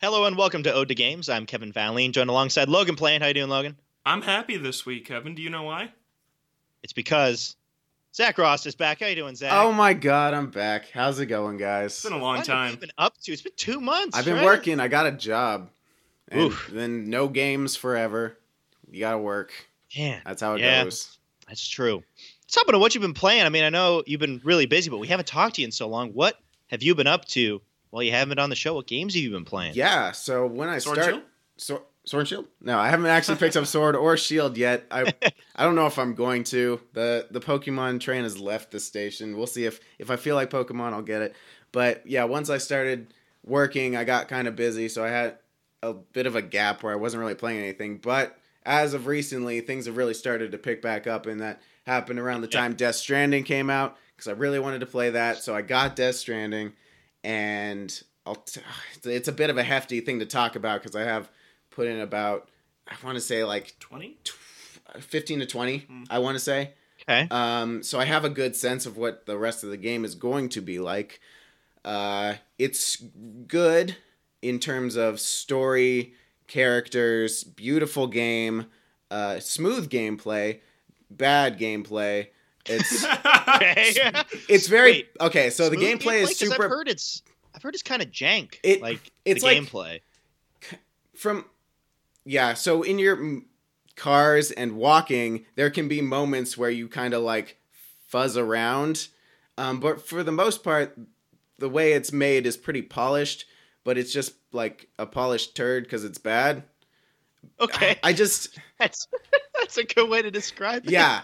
Hello and welcome to Ode to Games. I'm Kevin Valine, joined alongside Logan Plant. How you doing, Logan? I'm happy this week, Kevin. Do you know why? It's because Zach Ross is back. How you doing, Zach? Oh my god, I'm back. How's it going, guys? It's been a long What have time. you been up to? It's been two months. I've been right? working. I got a job. And Oof. Then no games forever. You gotta work. Man, That's how it Yeah. goes. that's true. Let's hop into what you've been playing. I mean, I know you've been really busy, but we haven't talked to you in so long. What have you been up to while you haven't been on the show? What games have you been playing? Yeah. So when I Sword start, Shield? So, sword and shield? No, I haven't actually picked up sword or shield yet. I I don't know if I'm going to. the The Pokemon train has left the station. We'll see if if I feel like Pokemon, I'll get it. But yeah, once I started working, I got kind of busy, so I had a bit of a gap where I wasn't really playing anything. But as of recently, things have really started to pick back up, and that happened around the Yeah. time Death Stranding came out because I really wanted to play that. So I got Death Stranding, and I'll t- it's a bit of a hefty thing to talk about because I have put in about I want to say like 20? tw- 15 to 20. Mm. I want to say. Okay. Um, so I have a good sense of what the rest of the game is going to be like. Uh, it's good in terms of story, characters, beautiful game, uh, smooth gameplay, bad gameplay. It's Okay. it's very Wait, okay. So the Smooth gameplay is 'Cause I've super heard it's. I've heard it's kind of jank. It- like it's the like- gameplay. from yeah. So in your mm, cars and walking, there can be moments where you kind of like fuzz around. Um, but for the most part, the way it's made is pretty polished, but it's just like a polished turd because it's bad. Okay, I just, that's that's a good way to describe it. yeah,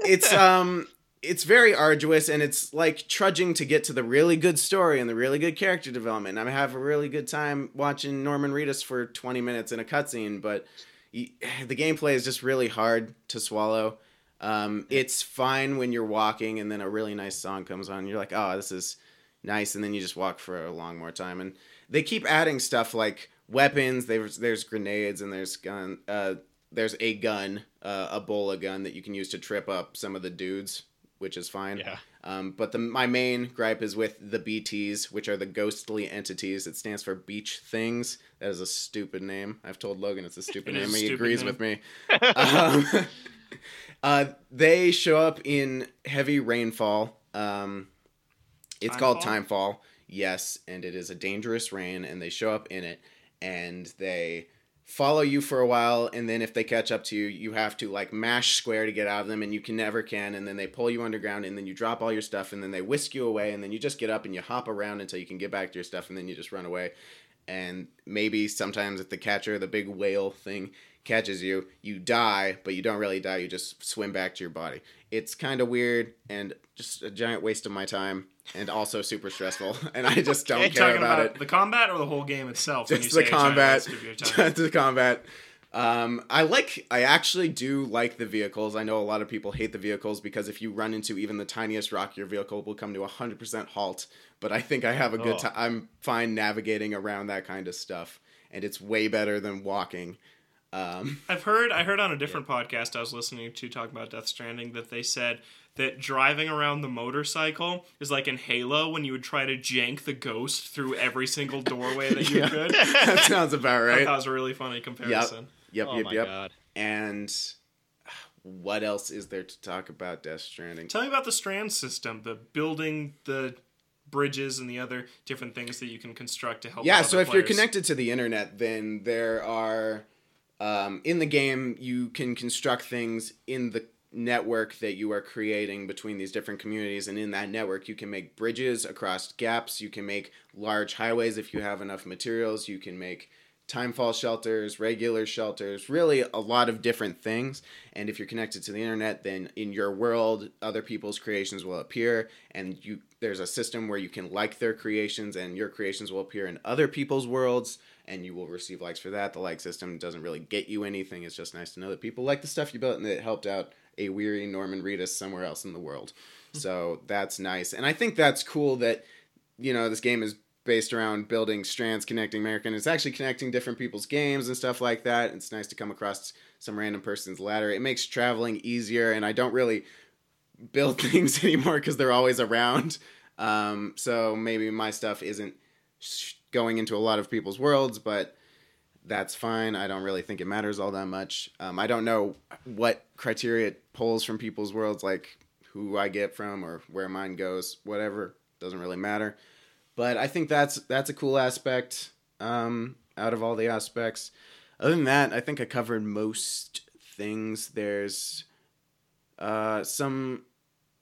it's um, it's very arduous and it's like trudging to get to the really good story and the really good character development. And I have a really good time watching Norman Reedus for twenty minutes in a cutscene, but y- the gameplay is just really hard to swallow. Um, it's fine when you're walking and then a really nice song comes on. You're like, oh, this is nice. And then you just walk for a long more time. And they keep adding stuff like weapons. There's, there's grenades and there's gun. Uh, there's a gun, uh, a bola gun that you can use to trip up some of the dudes, which is fine. Yeah. Um, but the, my main gripe is with the BTs, which are the ghostly entities. It stands for beach things. That is a stupid name. I've told Logan it's a stupid It is name. a He stupid agrees name. with me. um, uh, they show up in heavy rainfall. Um, it's called Timefall. Yes, and it is a dangerous rain, and they show up in it, and they follow you for a while, and then if they catch up to you, you have to like mash square to get out of them, and you can never can, and then they pull you underground, and then you drop all your stuff, and then they whisk you away, and then you just get up and you hop around until you can get back to your stuff, and then you just run away and maybe sometimes if the catcher, the big whale thing, catches you, you die, but you don't really die. You just swim back to your body. It's kind of weird and just a giant waste of my time, and also super stressful. And I just don't Okay, care Talking about, about, it. the combat or the whole game itself? when Just you the say giant combat. waste of your time? Just the combat. Um, I like. I actually do like the vehicles. I know a lot of people hate the vehicles because if you run into even the tiniest rock, your vehicle will come to a hundred percent halt. But I think I have a good Oh. time. I'm fine navigating around that kind of stuff, and it's way better than walking. Um, I've heard I heard on a different podcast I was listening to talk about Death Stranding that they said that driving around the motorcycle is like in Halo when you would try to jank the ghost through every single doorway that you Yeah. could. that sounds about I thought right. that was a really funny comparison. Yep, Oh yep, my yep. god. And what else is there to talk about? Death Stranding. Tell me about the strand system, the building the bridges and the other different things that you can construct to help. yeah with so other if you're players. connected to the internet then there are um, in the game you can construct things in the network that you are creating between these different communities and in that network you can make bridges across gaps you can make large highways if you have enough materials you can make timefall shelters regular shelters really a lot of different things and if you're connected to the internet then in your world other people's creations will appear and you there's a system where you can like their creations and your creations will appear in other people's worlds and you will receive likes for that the like system doesn't really get you anything it's just nice to know that people like the stuff you built and that it helped out a weary norman reedus somewhere else in the world so that's nice and i think that's cool that you know this game is based around building strands connecting america and it's actually connecting different people's games and stuff like that it's nice to come across some random person's ladder it makes traveling easier and i don't really build things anymore because they're always around um, so maybe my stuff isn't sh- going into a lot of people's worlds, but that's fine. I don't really think it matters all that much. Um, I don't know what criteria it pulls from people's worlds, like who I get from or where mine goes, whatever. Doesn't really matter. But I think that's that's a cool aspect um, out of all the aspects. Other than that, I think I covered most things. There's uh, some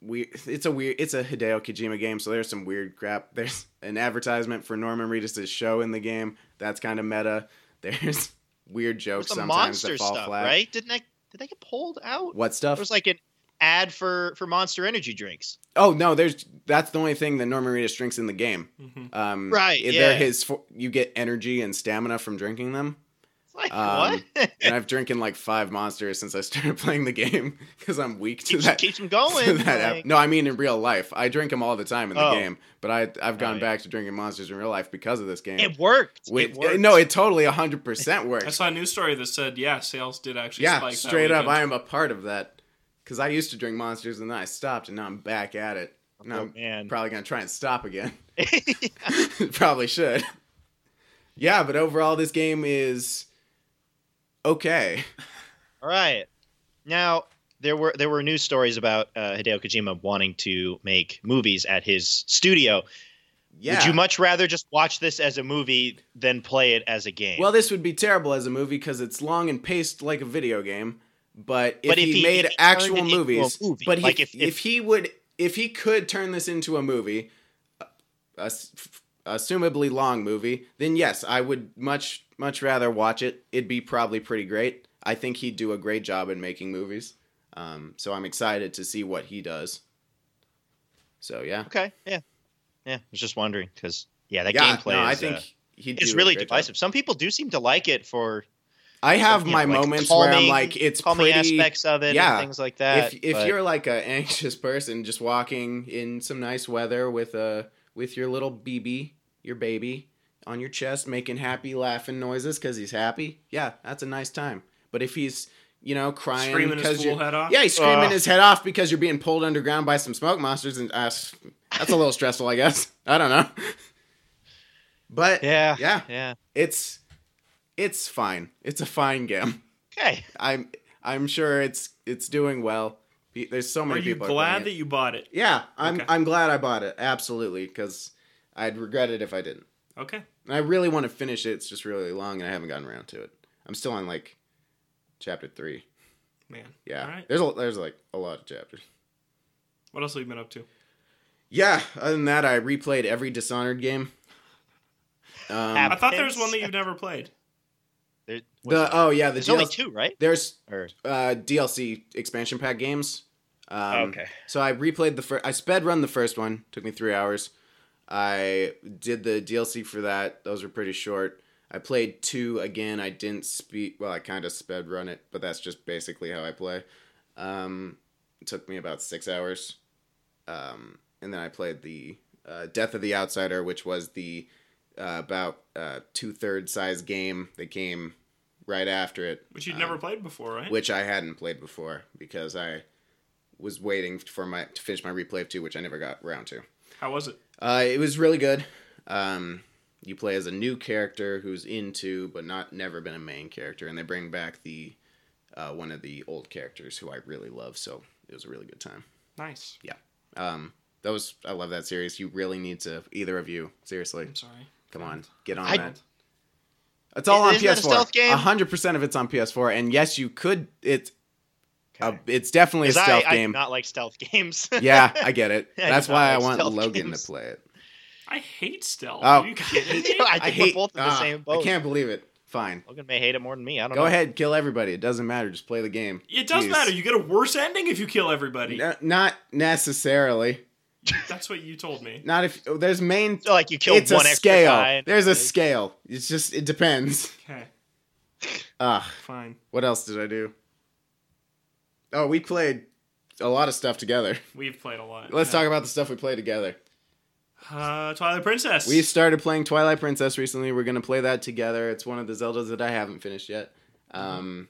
weird. It's a weird. It's a Hideo Kojima game, so there's some weird crap. There's an advertisement for Norman Reedus' show in the game. That's kind of meta. There's weird jokes There's some sometimes monster that fall stuff, flat. right? Didn't that did that get pulled out? What There stuff? was like an ad for for Monster Energy drinks. oh no, there's that's the only thing that Norman Reedus drinks in the game. Mm-hmm. Um, Right, yeah. They're his. fo- You get energy and stamina from drinking them. It's like Um, what? and I've drinking like five monsters since I started playing the game because I'm weak to keeps, that. keeps them to going. that app. like- No, I mean in real life. I drink them all the time in the Oh. game, but I I've gone yeah. back to drinking monsters in real life because of this game. it worked. Which- it worked. uh, no, it totally 100% I works. saw a news story that said, yeah, sales did actually Yeah, spike. straight that up, I weekend. am a part of that because I used to drink monsters and then I stopped, and now I'm back at it. And Oh I'm man. probably gonna try and stop again. Yeah. probably should. Yeah, but overall, this game is okay. All right. Now there were there were news stories about uh, Hideo Kojima wanting to make movies at his studio. Yeah. Would you much rather just watch this as a movie than play it as a game? Well, this would be terrible as a movie because it's long and paced like a video game. But if, But he, if he- made if he actual turned it into a movies, movie, but he, like if, if- if, he would, if he could turn this into a movie, uh, ass- f- assumably long movie, then yes, I would much much rather watch it. It'd be probably pretty great. I think he'd do a great job in making movies. Um, so I'm excited to see what he does. So yeah, okay, yeah, yeah. I was just wondering because yeah, that yeah, gameplay no, is I think uh, he'd it's do a really great job. divisive. Some people do seem to like it for I have you know, my like moments where I'm calming- like, it's calming pretty. aspects of it yeah. and things like that. if if but- you're like an anxious person, just walking in some nice weather with a with your little BB, your baby on your chest, making happy laughing noises because he's happy. Yeah, that's a nice time. But if he's you know crying Screaming his because fool you head off. yeah he's screaming Ugh. his head off because you're being pulled underground by some smoke monsters and uh, that's a little stressful, I guess. I don't know. But yeah, yeah, yeah, it's it's fine. It's a fine game. okay. I'm I'm sure it's it's doing well. Pe- There's so Are many you people. glad that playing it. you bought it? Yeah, I'm Okay. I'm glad I bought it. Absolutely, because I'd regret it if I didn't. Okay. And I really want to finish it. It's just really long, and I haven't gotten around to it. I'm still on like chapter three. Man. Yeah, All right. there's a, there's like a lot of chapters. What else have you been up to? Yeah. Other than that, I replayed every Dishonored game. Um, I thought there was Apples. one that you've never played. There, the oh yeah, the there's only DLC two, right? there's Or, uh, DLC expansion pack games. Um, okay. So I replayed the first. I sped run the first one. Took me three hours. I did the DLC for that. Those were pretty short. I played two again. I didn't speed. Well, I kind of sped run it, but that's just basically how I play. Um, it took me about six hours. Um, and then I played the uh, Death of the Outsider, which was the uh, about uh, two third size game that came right after it Which you'd Um, never played before, right? which I hadn't played before because I was waiting for my to finish my replay of two, which I never got around to. How was it? Uh, it was really good. Um, you play as a new character who's into, but not never been a main character, and they bring back the uh, one of the old characters who I really love. So it was a really good time. Nice. Um, that was I love that series. You really need to either of you seriously. I'm sorry. Come on, get on I- that. It's all on Isn't that a PS4. stealth game? hundred percent of it's on PS4, and yes, you could. It's Okay. uh, it's definitely a 'Cause I- stealth I, do game. not like stealth games. yeah, I get it. Yeah, I That's do not why I like want stealth Logan games. to play it. I hate stealth. Oh. Are you kidding me? I think we're both in the ah, same boat. I can't believe it. Fine, Logan may hate it more than me. I don't go know. ahead, kill everybody. It doesn't matter. Just play the game. It does Jeez. matter. You get a worse ending if you kill everybody. N- not necessarily. That's what you told me. Not if oh, there's main. So, like you kill it's one a extra scale. guy. and- There's a scale. It's just it depends. Okay, Ah, fine. what else did I do? Oh, we played a lot of stuff together. We've played a lot. Let's Yeah. talk about the stuff we play together. Uh, Twilight Princess. We started playing Twilight Princess recently. We're gonna play that together. It's one of the Zeldas that I haven't finished yet. Um,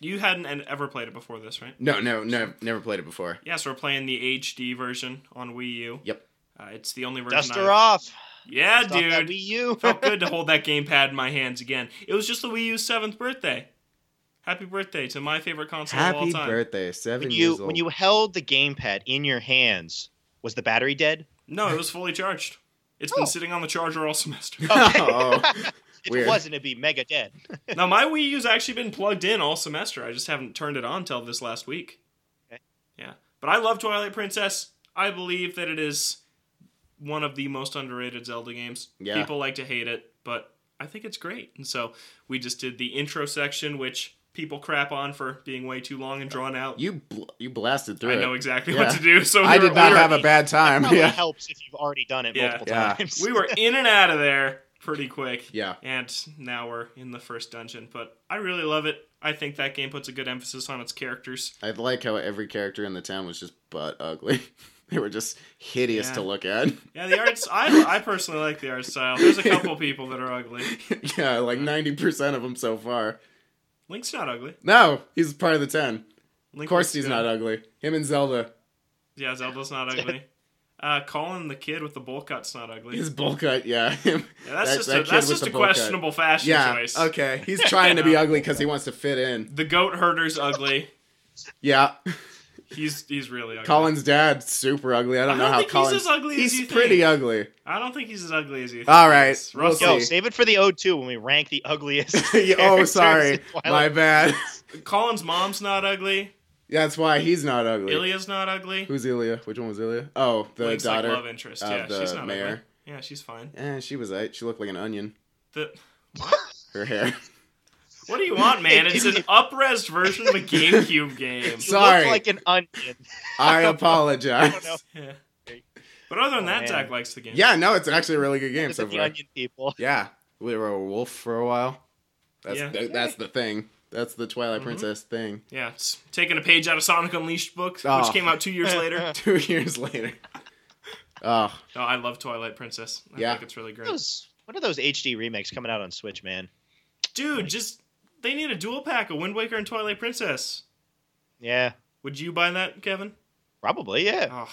you hadn't en- ever played it before this, right? no, no, no, never played it before. Yes, we're playing the HD version on Wii U. Yep. Uh, it's the only version. Dust her I've, off. Yeah, It's not that dude. Wii U. Felt good to hold that gamepad in my hands again. It was just the Wii U's seventh birthday. Happy birthday to my favorite console of all Happy time. birthday, seven when years you old. when you held the gamepad in your hands, was the battery dead? No, it was fully charged. It's Oh. been sitting on the charger all semester. Okay. Oh, if weird. it wasn't, it'd be mega dead. now my Wii U's actually been plugged in all semester. I just haven't turned it on till this last week. Okay. Yeah, but I love Twilight Princess. I believe that it is one of the most underrated Zelda games. Yeah. People like to hate it, but I think it's great. And so we just did the intro section, which people crap on for being way too long and drawn out. you bl- you blasted through I it. know exactly Yeah. what to do. So I we did were- not we were- have a bad time. Probably Yeah, helps if you've already done it Yeah. multiple Yeah. times. we were in and out of there pretty quick. yeah. And now we're in the first dungeon, but I really love it. I think that game puts a good emphasis on its characters. I like how every character in the town was just butt ugly. they were just hideous Yeah. to look at. Yeah, the arts. I, I personally like the art style. There's a couple people that are ugly. yeah, like ninety percent of them so far. Link's not ugly. No, he's part of the ten. Link Of course, looks he's good. not ugly. Him and Zelda. Yeah, Zelda's not ugly. Uh, Colin the kid with the bowl cut's not ugly. His bowl cut. Yeah, him. Yeah, that's that- just that a, kid that's with just the a bowl cut. questionable fashion Yeah. choice. Okay. He's trying to be ugly because he wants to fit in. The goat herder's ugly. Yeah. He's he's really ugly. Colin's dad's super ugly. I don't I know don't how think Colin's. he's as ugly as you he's pretty think. ugly. Uh, I don't think he's as ugly as you. think. All right, It's we'll Russell. Yo, see. save it for the O2 when we rank the ugliest. oh, characters sorry. in My Twilight. bad. Colin's mom's not ugly. That's why he's not ugly. Ilya's not ugly. Who's Ilya? Which one was Ilya? Oh, the Link's, like, daughter. love interest. of Yeah, the she's not ugly. mayor. Yeah, she's fine. Eh, she was eight. She looked like an onion. The, Her hair. what do you want, man? It's an up-res version of a GameCube game. You Sorry. look like an onion. I I apologize. don't know. Yeah. But other than Oh, that, man. Zach likes the game. Yeah, no, it's actually a really good game Look at so the far. onion people. Yeah, we were a wolf for a while. That's Yeah. th- that's the thing. That's the Twilight Mhm. Princess thing. Yeah, it's taking a page out of Sonic Unleashed books, Oh. which came out two years later. Two years later. Oh, Oh, I love Twilight Princess. I Yeah. think it's really great. Those, when are those HD remakes coming out on Switch, man? Dude, just they need a dual pack of Wind Waker and Twilight Princess. Yeah, Would you buy that, Kevin? probably. Yeah, Oh,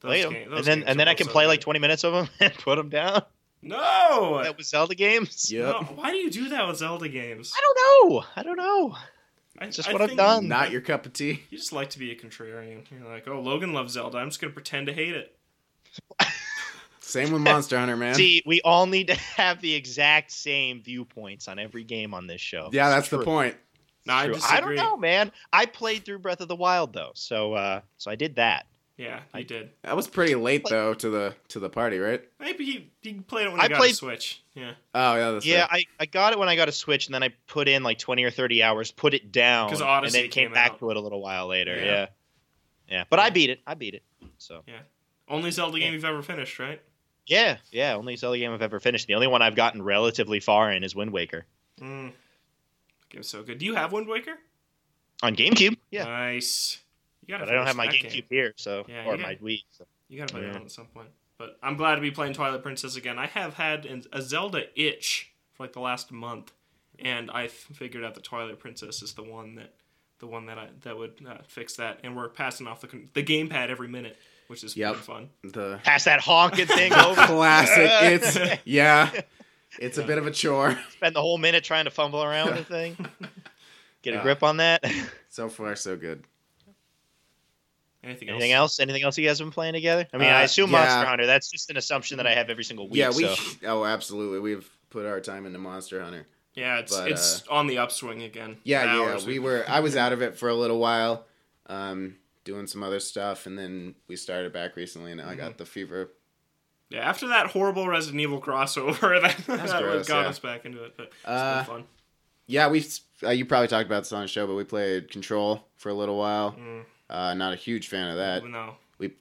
play them, ga- and then games and then are I can so play good. like 20 minutes of them and put them down. No! That was Zelda games. yep. No, Why do you do that with Zelda games? I don't know. I don't know. I, It's just I what I've think done. Not your cup of tea. You just like to be a contrarian. You're like, oh, Logan loves Zelda. I'm just gonna pretend to hate it. Same with Monster Hunter, man. See, we all need to have the exact same viewpoints on every game on this show. yeah, that's It's the true. point. No, I True. disagree. don't know, man. I played through Breath of the Wild though, so uh, so I did that. Yeah, I I- did. That was pretty late though to the to the party, right? Maybe he, he played it when he I got a played- Switch. Yeah, Oh yeah, that's yeah, right. I, I got it when I got a Switch, and then I put in like twenty or thirty hours, put it down, 'Cause and Odyssey then came came back out. to it a little while later. Yeah. Yeah, yeah, But I beat it. I beat it. So only Zelda game Yeah. you've ever finished, right? yeah, yeah. Only Zelda game I've ever finished. The only one I've gotten relatively far in is Wind Waker Mm. Game's so good. Do you have Wind Waker? on GameCube. Yeah, Nice. You gotta but I don't finish have my that GameCube game. here, so Yeah, or you my got- Wii. So. You gotta play Yeah. that one at some point. But I'm glad to be playing Twilight Princess again. I have had an, a Zelda itch for like the last month, and I f- figured out that Twilight Princess is the one that the one that I that would uh, fix that. And we're passing off the con- the gamepad every minute, which is Yep. pretty fun. The Pass that honking thing over. classic. It's yeah. It's a bit of a chore. Spend the whole minute trying to fumble around with the thing. Get a Yeah. grip on that. So far, so good. Anything, Anything else? else? Anything else you guys have been playing together? I mean, Uh, I assume yeah. Monster Hunter. That's just an assumption that I have every single week. yeah, we. so. Oh, absolutely. We've put our time into Monster Hunter. Yeah, it's But, uh, it's on the upswing again. Yeah, Hours yeah. We were. I was out of it for a little while, um, doing some other stuff, and then we started back recently, and I Mm-hmm. got the fever. Yeah, after that horrible Resident Evil crossover, that, that gross, got yeah. us back into it. But it's Uh, been fun. Yeah, we. Uh, you probably talked about this on the show, but we played Control for a little while. Mm. Uh, not a huge fan of that. no, We,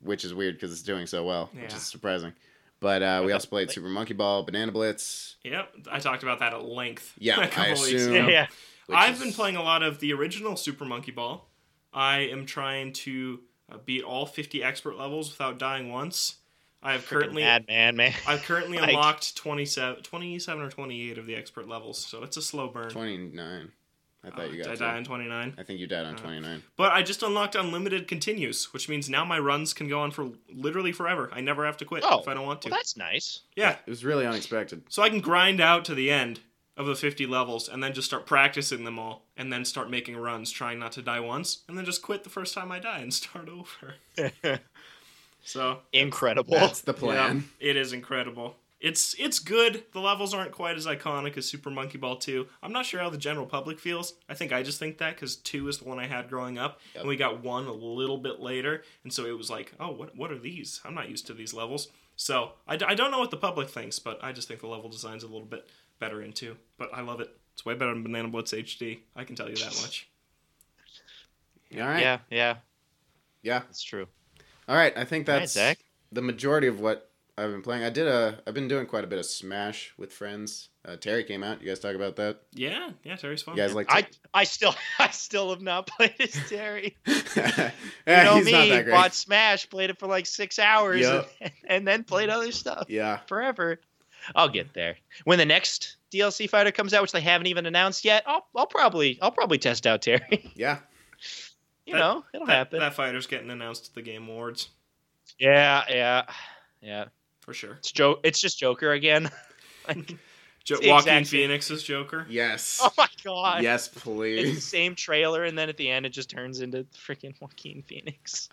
which is weird because it's doing so well, which Yeah. is surprising. But uh, we also played Super Monkey Ball, Banana Blitz. yep, I talked about that at length. Yeah, a couple I weeks assume- ago. yeah. which I've is- been playing a lot of the original Super Monkey Ball. I am trying to uh, beat all 50 expert levels without dying once. I have currently Mad man, man. I've currently Like- unlocked 27, 27 or 28 of the expert levels, so it's a slow burn. twenty nine. I thought you Oh, Did I got. Uh. I, die on 29? I think you died on twenty nine. But I just unlocked unlimited continues, which means now my runs can go on for literally forever. I never have to quit Oh, if I don't want to. Well, that's nice. yeah. It was really unexpected. So I can grind out to the end of the 50 levels and then just start practicing them all and then start making runs, trying not to die once, and then just quit the first time I die and start over. So Incredible. That's the plan. yeah, it is incredible. It's it's good. The levels aren't quite as iconic as Super Monkey Ball 2. I'm not sure how the general public feels. I think I just think that because 2 is the one I had growing up, Yep. and we got 1 a little bit later, and so it was like, oh, what, what are these? I'm not used to these levels. So I, d- I don't know what the public thinks, but I just think the level design's a little bit better in 2. But I love it. It's way better than Banana Blitz HD. I can tell you that much. All right. Yeah, yeah, Yeah. that's true. All right. I think All right, that's Zach. the majority of what I've been playing. I did a. I've been doing quite a bit of Smash with friends. Uh, Terry came out. You guys talk about that. Yeah, yeah, Terry's fun. You guys like? I I still I still have not played as Terry. To... You Eh, know he's not me, that great. bought Smash, played it for like six hours, Yep. and, and then played other stuff Yeah. forever. I'll get there when the next DLC fighter comes out, which they haven't even announced yet. I'll I'll probably I'll probably test out Terry. Yeah. You That- know, it'll that, happen. that fighter's getting announced at the Game Awards Yeah, yeah, yeah. for sure. It's Joe. It's just Joker again. Jo- It's the Joaquin exact same- Phoenix's Joker. Yes. Oh my god. yes, It's the please. same trailer, and then at the end, it just turns into freaking Joaquin Phoenix.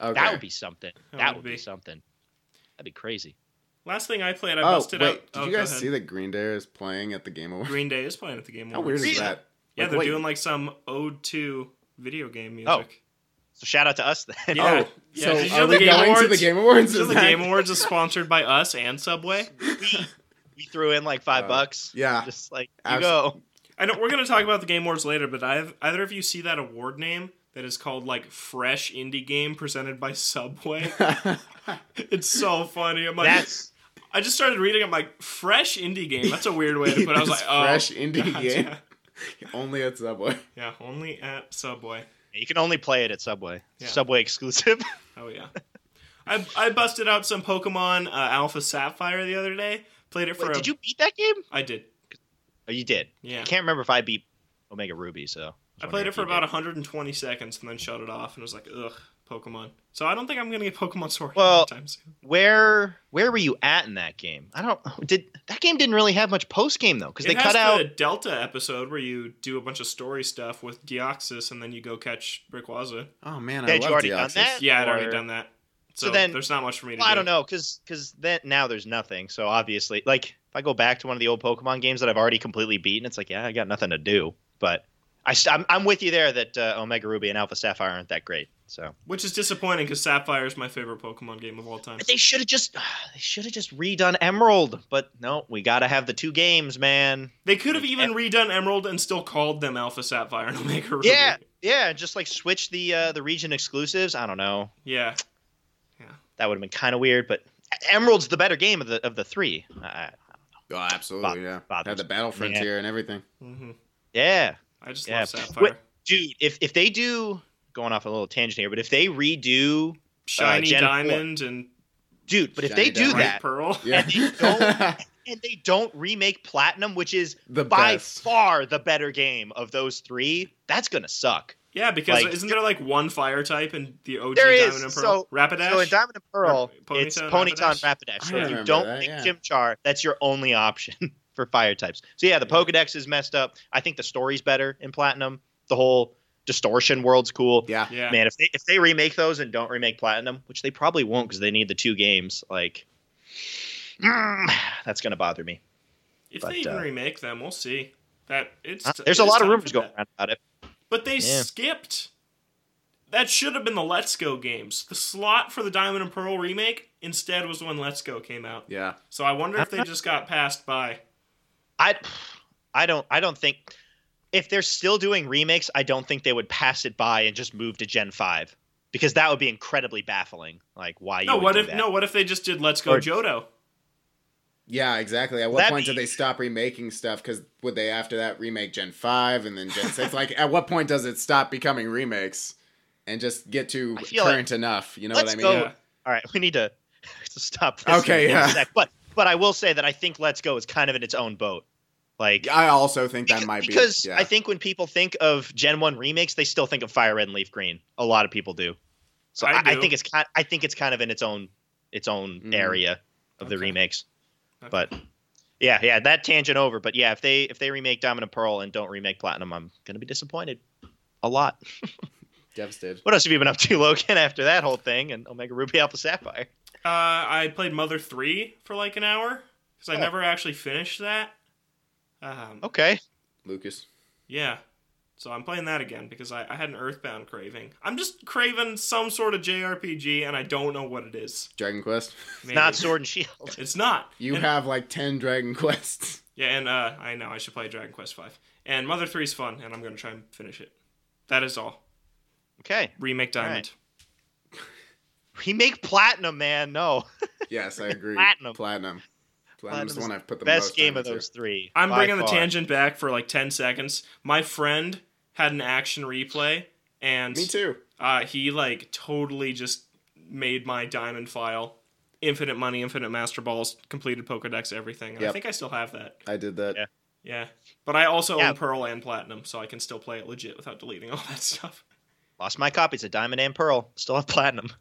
Okay. That would be something. That That, would would be. be. something. That'd be crazy. Last thing I played, I oh busted wait, out. did you guys see that Green Day is playing at the Game Awards? Green Day is playing at the Game How Awards. weird Really? is that? Yeah, Like, they're wait, oh, doing like some ode to video game Oh, music. So shout out to us then. Yeah. Oh, Yeah, so did you know are the we Game going to the Awards? Game Awards? So Is the that- Game Awards is sponsored by us and Subway. we, we threw in like five Uh, bucks. yeah. Just like you Abs- go. I know we're gonna talk about the Game Awards later, but I've either of you see that award name that is called like Fresh Indie Game presented by Subway. it's so funny. I'm like, That's I just started reading. I'm like, Fresh Indie Game. That's a weird way to put. it. I was like, It's oh, fresh indie God, game. Yeah. Only at Subway. yeah, only at Subway. you can only play it at Subway. Yeah. Subway exclusive. Oh yeah. I I busted out some Pokemon uh, Alpha Sapphire the other day. Played it for. Wait, a, did you beat that game? I did. Oh, you did. Yeah. I can't remember if I beat Omega Ruby. So was I wondering played it if for you about did. 120 seconds and then shut it off and was like, ugh, Pokemon. So I don't think I'm gonna get Pokemon Sword Well- anytime soon. Where where were you at in that game? I don't. Did that game didn't really have much post game though because It they has cut the out. Delta episode where you do a bunch of story stuff with Deoxys and then you go catch Rayquaza. Oh man, I Had you love already Deoxys. done that? Yeah, I'd already Or- done that. So, So then- there's not much for me to Well, do. I don't know, cause cause then now there's nothing. So obviously, like if I go back to one of the old Pokemon games that I've already completely beaten, it's like yeah, I got nothing to do. But I st- I'm, I'm with you there that uh, Omega Ruby and Alpha Sapphire aren't that great. So Which is disappointing because Sapphire is my favorite Pokemon game of all time. but they should have just they should have just redone Emerald. But no, we gotta have the two games, man. They could have even redone Emerald and still called them Alpha Sapphire and Omega Ruby. Yeah, yeah, just like switch the uh, the region exclusives. I don't know, Yeah. that would have been kind of weird. But Emerald's the better game of the of the three. Uh, Oh, absolutely, yeah. Bothers Had the Battle me. Frontier and everything. hmm yeah, I just Yeah. uh, love Sapphire. dude, if if they do going off a little tangent here, but if they redo Shiny Gen four. Diamond and dude, but if Shiny they do Diamond. Bright that Pearl. Yeah. they don't- and they don't remake Platinum, which is the by best. far the better game of those three, that's gonna suck. Yeah, because Like- isn't there like one fire type in the OG There is, Diamond and Pearl? so- Rapidash? So in Diamond and Pearl, Or Ponyta it's and Ponyta and Rapidash? Rapidash. So I if you remember don't that, make yeah. Chimchar, that's your only option for fire types. So yeah, the Yeah. Pokedex is messed up. I think the story's better in Platinum. The whole distortion world's cool. Yeah. yeah. Man, if they if they remake those and don't remake Platinum, which they probably won't because they need the two games, like mm, that's gonna bother me. if but, they even uh, remake them, we'll see. That it's Uh, There's it a is lot of time rumors for going that. around about it. But they Yeah. skipped. That should have been the Let's Go games. The slot for the Diamond and Pearl remake instead was when Let's Go came out. Yeah. So I wonder if they just got passed by. I I don't I don't think if they're still doing remakes, I don't think they would pass it by and just move to Gen 5 because that would be incredibly baffling. Like why No, you would what do if that. no? What if they just did Let's Go Or- Johto? Yeah, exactly. At what That'd point be- did they stop remaking stuff? Because would they after that remake Gen Five and then Gen Six? like, at what point does it stop becoming remakes and just get to I feel like- current enough? You know Let's what I go- mean? Yeah. All right, we need to, to stop this Okay, in, in yeah. a sec. But but I will say that I think Let's Go is kind of in its own boat. Like I also think that because, might be because yeah. I think when people think of Gen One remakes, they still think of Fire Red and Leaf Green. A lot of people do. So I I, I do. think it's kind. I think it's kind of in its own its own Mhm. area of the Okay. remakes. But yeah, yeah, that tangent over. But yeah, if they if they remake Diamond and Pearl and don't remake Platinum, I'm gonna be disappointed. A lot. devastated. What else have you been up to, Logan? After that whole thing and Omega Ruby Alpha Sapphire. uh, I played Mother Three for like an hour because I Oh. never actually finished that. Um, Okay. Lucas. Yeah. So I'm playing that again because I, I had an Earthbound craving. I'm just craving some sort of JRPG and I don't know what it is. Dragon Quest. It's Maybe. Not Sword and Shield. It's not. You And- have like ten Dragon Quests. Yeah, and uh, I know I should play Dragon Quest Five. And Mother Three is fun, and I'm gonna try and finish it. That is all. Okay. Remake Diamond. Remake Platinum, man. No. Yes, I agree. Platinum. Platinum. Platinum's Platinum's the one I've put the Best most game time of into. those three. I'm by bringing the far. tangent back for like ten seconds. My friend had an action replay, and Me too. Uh, he like totally just made my diamond file, infinite money, infinite master balls, completed Pokedex, everything. And I Yep. think I still have that. I did that. Yeah. Yeah, but I also Yeah. own Pearl and Platinum, so I can still play it legit without deleting all that stuff. Lost my copies of Diamond and Pearl. Still have Platinum.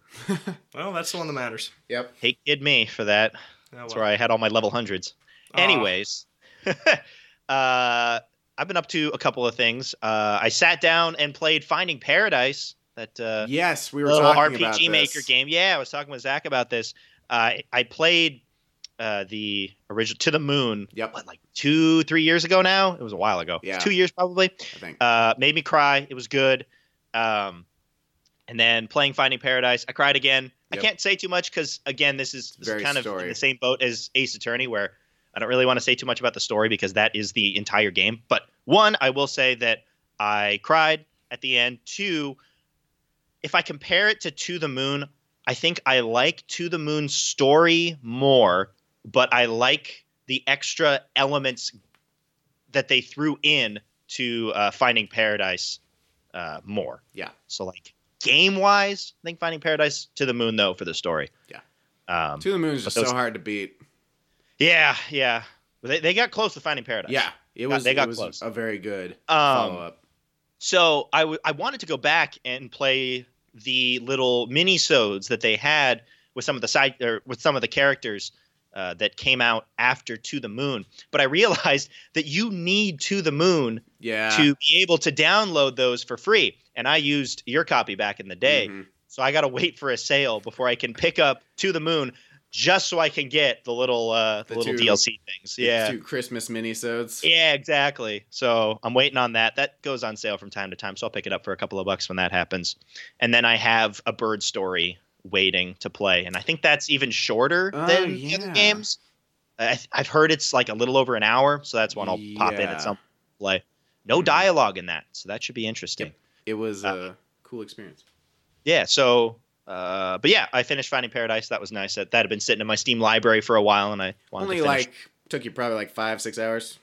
Well, that's the one that matters. Yep. Hey, kid me for that. Oh, well. That's where I had all my level hundreds. Ah. Anyways, uh, I've been up to a couple of things. Uh, I sat down and played Finding Paradise, that uh, Yes, we were little talking RPG about this. maker game. Yeah, I was talking with Zach about this. I I played uh, the original To the Moon. Yep. What, like two, three years ago now? It was a while ago. It was Yeah. Two years probably. I think. Uh, made me cry. It was good. Um, and then playing Finding Paradise, I cried again. Yep. I can't say too much because again, this is, this Very is kind of story. in the same boat as Ace Attorney, where I don't really want to say too much about the story because that is the entire game. But one, I will say that I cried at the end. Two, if I compare it to To the Moon, I think I like To the Moon's story more, but I like the extra elements that they threw in to uh, Finding Paradise uh, more. Yeah. So like game wise, I think Finding Paradise to the Moon though for the story. Yeah. Um, To the Moon is but just so those- hard to beat. yeah, yeah. They, they got close to Finding Paradise. Yeah, it Got- was. they got it was close. A very good follow Um, up. so I, w- I wanted to go back and play the little mini sodes that they had with some of the side or with some of the characters uh, that came out after To the Moon, but I realized that you need To the Moon Yeah. to be able to download those for free. And I used your copy back in the day. Mhm. So I got to wait for a sale before I can pick up To the Moon just so I can get the little uh, the, The little two- DLC things. Yeah. Two Christmas minisodes. Yeah, exactly. So I'm waiting on that. That goes on sale from time to time, so I'll pick it up for a couple of bucks when that happens. And then I have a bird story waiting to play, and I think that's even shorter Oh, than the yeah. other games. I, I've heard it's like a little over an hour, so that's one I'll pop in Yeah. at some play. No Mhm. dialogue in that, so that should be interesting. It was Uh, a cool experience. Yeah. So, uh, but yeah, I finished Finding Paradise. That was nice. That that had been sitting in my Steam library for a while, and I wanted Only to finish. like took you probably like five, six hours.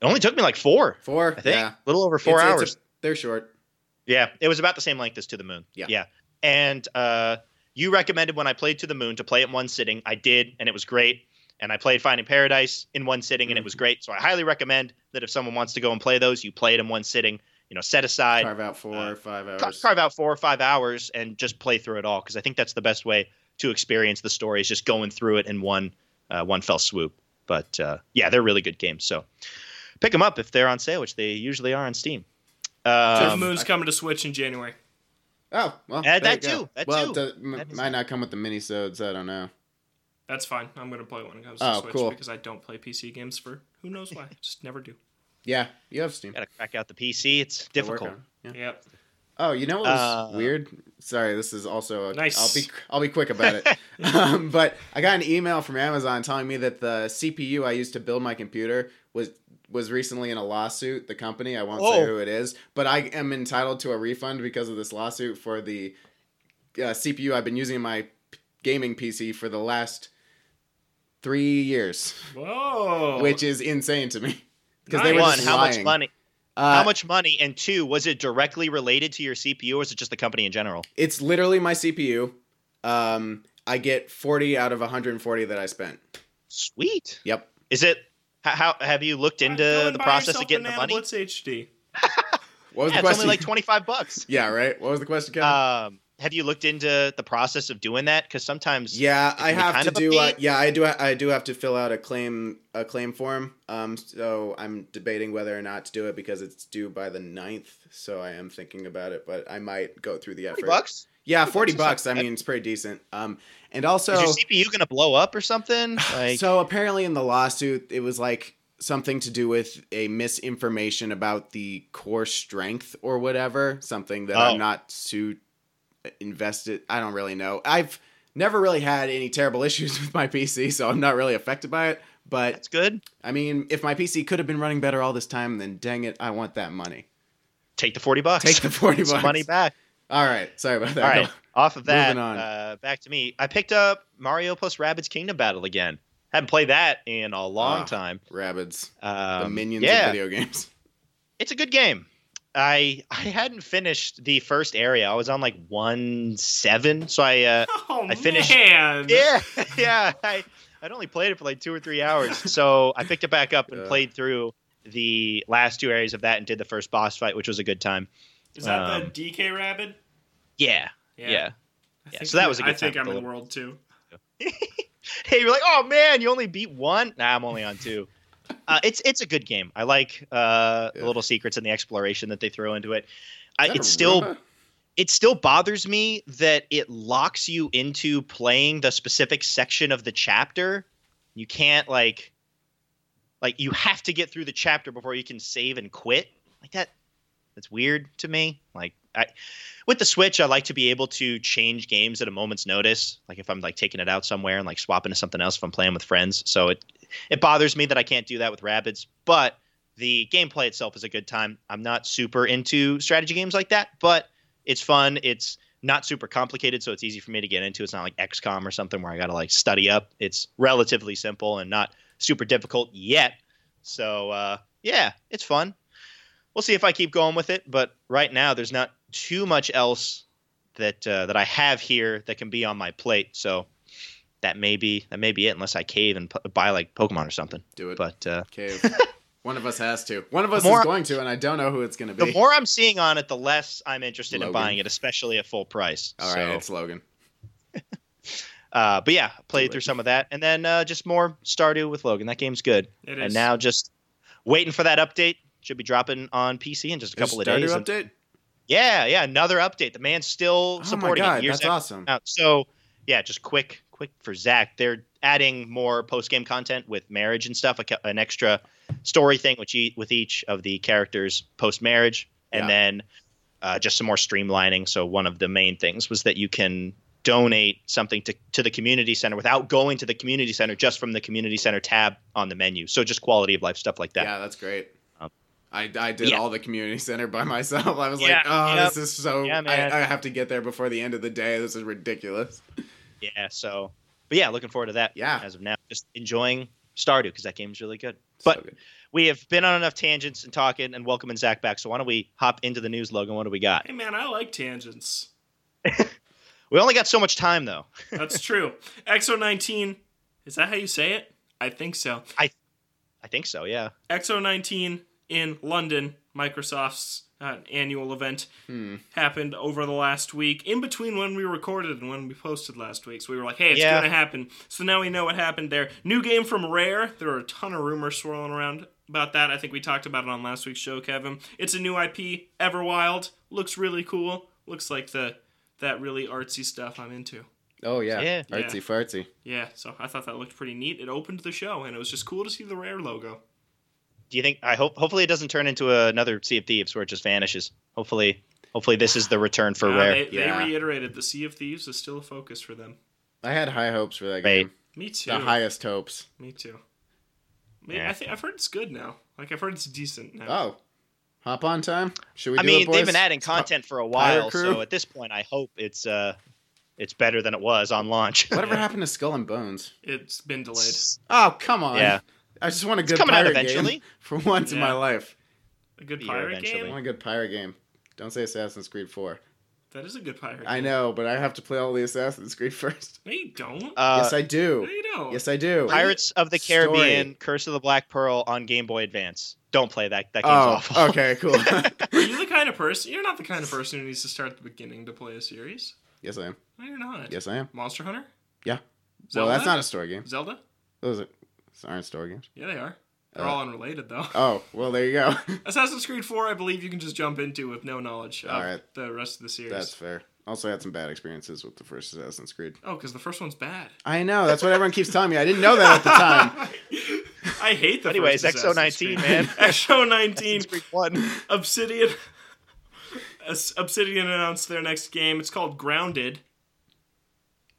it only took me like four, Four. I think, Yeah. a little over four It's- hours. it's a- they're short. Yeah, it was about the same length as To the Moon. Yeah. Yeah. And uh, you recommended when I played To the Moon to play it in one sitting. I did, and it was great. And I played Finding Paradise in one sitting, and it Mm-hmm. was great. So I highly recommend that if someone wants to go and play those, you play it in one sitting. You know, set aside, Carve out four, uh, five ca- hours. carve out four or five hours, and just play through it all because I think that's the best way to experience the story is just going through it in one uh, one fell swoop. But uh, yeah, they're really good games. So pick them up if they're on sale, which they usually are on Steam. Surf Um, Moon's coming to Switch in January. oh well. Yeah, there that you go. too, that well, too. does- m- That is- might not come with the minisodes. I don't know. That's fine. I'm gonna play when it comes to Oh, Switch cool. because I don't play PC games for who knows why. Just never do. Yeah, you have Steam. Got to crack out the PC. It's to work difficult. on. Yeah. Yep. Oh, you know what was Uh, weird? Sorry, this is also a, Nice. I'll be I'll be quick about it. um, but I got an email from Amazon telling me that the CPU I used to build my computer was was recently in a lawsuit. The company I won't say Oh. who it is, but I am entitled to a refund because of this lawsuit for the uh, CPU I've been using in my p- gaming PC for the last three years, Whoa. which is insane to me because they Nice. were One, just how much lying. money? Uh, how much money? And two, was it directly related to your CPU, or was it just the company in general? It's literally my CPU. Um, I get 40 out of 140 that I spent. Sweet. Yep. Is it How, how have you looked into Go and the buy process yourself of getting the Banana money? Blitz HD. What was Yeah, it's the question? only like twenty five bucks. yeah, right. What was the question? Kevin? Um, have you looked into the process of doing that? Because sometimes yeah, I we have kind to of a do. Uh, beat- yeah, I do. I do have to fill out a claim a claim form. Um, so I'm debating whether or not to do it because it's due by the 9th. So I am thinking about it, but I might go through the effort. forty bucks. Yeah, forty bucks bucks. is I not bad. mean, it's pretty decent. Um, and also, Is your CPU gonna blow up or something? Like, so apparently in the lawsuit, it was like something to do with a misinformation about the core strength or whatever, something that Oh. I'm not too invested. I don't really know. I've never really had any terrible issues with my PC, so I'm not really affected by it. But that's good. I mean, if my PC could have been running better all this time, then dang it, I want that money. Take the forty bucks. Take the forty It's bucks. money back. All right, sorry about that. All right. Off of that, Moving on. Uh, back to me. I picked up Mario plus Rabbids Kingdom Battle again. Haven't played that in a long Ah. time. Rabbids, Um, the minions yeah, of video games. it's a good game. I I hadn't finished the first area. I was on like one seven, so I uh, Oh I finished- man. yeah yeah I I'd only played it for like two or three hours, so I picked it back up and Yeah. played through the last two areas of that and did the first boss fight, which was a good time. Is that Um, the DK Rabbit? Yeah, yeah. I yeah, think so that you- was a I good think time I'm for in the- World Two. Hey, you're like, oh man, you only beat one. Nah, I'm only on two. Uh, it's it's a good game. I like uh, the Yeah. little secrets and the exploration that they throw into it. Is I, that it's a still Roomba? it still bothers me that it locks you into playing the specific section of the chapter. You can't like like you have to get through the chapter before you can save and quit. Like that that's weird to me. Like I with the Switch I like to be able to change games at a moment's notice. Like if I'm like taking it out somewhere and like swapping to something else if I'm playing with friends. So it it bothers me that I can't do that with Rabbids, but the gameplay itself is a good time. I'm not super into strategy games like that, but it's fun. It's not super complicated, so it's easy for me to get into. It's not like XCOM or something where I gotta like study up. It's relatively simple and not super difficult yet. So uh, yeah, it's fun. We'll see if I keep going with it, but right now there's not too much else that uh, that I have here that can be on my plate. So that may be that may be it, unless I cave and p- buy like Pokemon or something. Do it. But uh, cave. One of us has to. One of us More- is going to, and I don't know who it's going to be. the more I'm seeing on it, the less I'm interested in Logan. buying it, especially at full price. All so. right, it's Logan. Uh, but yeah, played it. through some of that, and then uh, just more Stardew with Logan. That game's good, It is. and now just waiting for that update. Should be dropping on PC in just a couple of Stardew days. and- update. yeah, yeah, another update. The man's still Oh my supporting god, it years that's after awesome. it's out. So yeah, just quick, quick for Zach. They're adding more post game content with marriage and stuff, a ca- an extra story thing which e- with each of the characters post marriage, and Yeah. then uh, just some more streamlining. So one of the main things was that you can donate something to, to the community center without going to the community center just from the community center tab on the menu so just quality of life stuff like that Yeah, that's great. Um, I, I did yeah. all the community center by myself. I was Yeah, like, oh, yep. this is so. Yeah, man. I, I have to get there before the end of the day. This is ridiculous. yeah, so but yeah looking forward to that Yeah. as of now just enjoying stardew because that game's really good So but good. we have been on enough tangents and talking and welcoming Zach back. So why don't we hop into the news, Logan? What do we got? Hey man, I like tangents. We only got so much time though. That's true. XO19. Is that how you say it? I think so. I think so. Yeah. XO19 in London, Microsoft's uh, annual event, Hmm. happened over the last week, in between when we recorded and when we posted last week. So we were like, hey, it's Yeah. going to happen. So now we know what happened there. New game from Rare. There are a ton of rumors swirling around about that. I think we talked about it on last week's show, Kevin. It's a new IP, Everwild. Looks really cool. Looks like the that really artsy stuff I'm into. Oh yeah. Yeah. Artsy Yeah. fartsy. Yeah, so I thought that looked pretty neat. It opened the show, and it was just cool to see the Rare logo. Do you think? I hope. Hopefully, it doesn't turn into another Sea of Thieves where it just vanishes. Hopefully, hopefully this is the return for Uh, Rare. They, they Yeah. reiterated the Sea of Thieves is still a focus for them. I had high hopes for that Wait. game. Me too. The highest hopes. Me too. Me- Yeah. I think I've heard it's good now. Like I've heard it's decent now. Oh, hop on time. Should we? I do mean, it, boys? they've been adding content for a while, Crew? so at this point, I hope it's uh, it's better than it was on launch. Whatever Yeah. happened to Skull and Bones? It's been delayed. it's Oh come on. Yeah. I just want a good coming out pirate eventually. game for once in Yeah. my life. A good Year pirate eventually. I game. want a good pirate game. Don't say Assassin's Creed 4. That is a good pirate. I game. know, but I have to play all the Assassin's Creed first. No, you don't. Uh, yes, I no, do. you don't. Oh. Yes, I do. Pirates of the Story. Caribbean: Curse of the Black Pearl on Game Boy Advance. Don't play that. That game's Oh, awful. okay, cool. Are you the kind of person? You're not the kind of person who needs to start at the beginning to play a series. yes, I am. No, you're not. Yes, I am. Monster Hunter. Yeah. Zelda? Well, that's not a story game. Zelda. Those are, those aren't story games. Yeah, they are. They're Uh, all unrelated though. Oh, well, there you go. Assassin's Creed 4, I believe you can just jump into with no knowledge of All right. the rest of the series. that's fair. Also, I had some bad experiences with the first Assassin's Creed. Oh, because the first onene's bad. I know. That's what everyone keeps telling me. I didn't know that at the time. I hate the. Anyways, first Assassin's XO19, Creed. man. XO19, Assassin's Creed One. Obsidian. As- Obsidian announced their next game. It's called Grounded.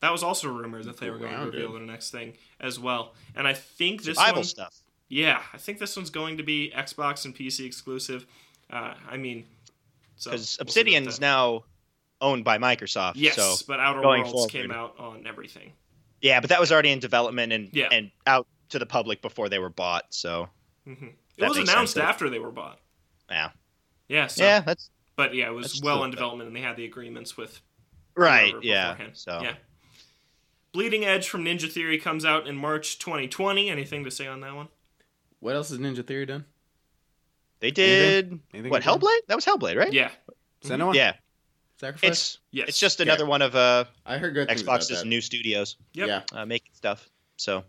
That was also a rumor that they were going to Grounded. reveal their next thing as well. And I think this Bible one, stuff. yeah, I think this one's going to be Xbox and PC exclusive. Uh, I mean, Because because Obsidian is now owned by Microsoft. Yes, So but Outer going Worlds forward. came out on everything. yeah, but that was already in development and Yeah. and out to the public before they were bought. So hmm It That was makes announced sense. after they were bought. yeah, Yeah, so, yeah, that's But yeah, it was That's well true. in development, and they had the agreements with right. whoever Yeah. beforehand. So yeah. Bleeding Edge from Ninja Theory comes out in March 2020. Anything to say on that one? What else has Ninja Theory done? they did Anything what good? Hellblade? That was Hellblade, right? Yeah. Is that anyone? Yeah. Sacrifice? It's Yes. it's just another one of uh, I heard good things about Xbox's that. new studios Yep. Yeah. uh, making stuff. So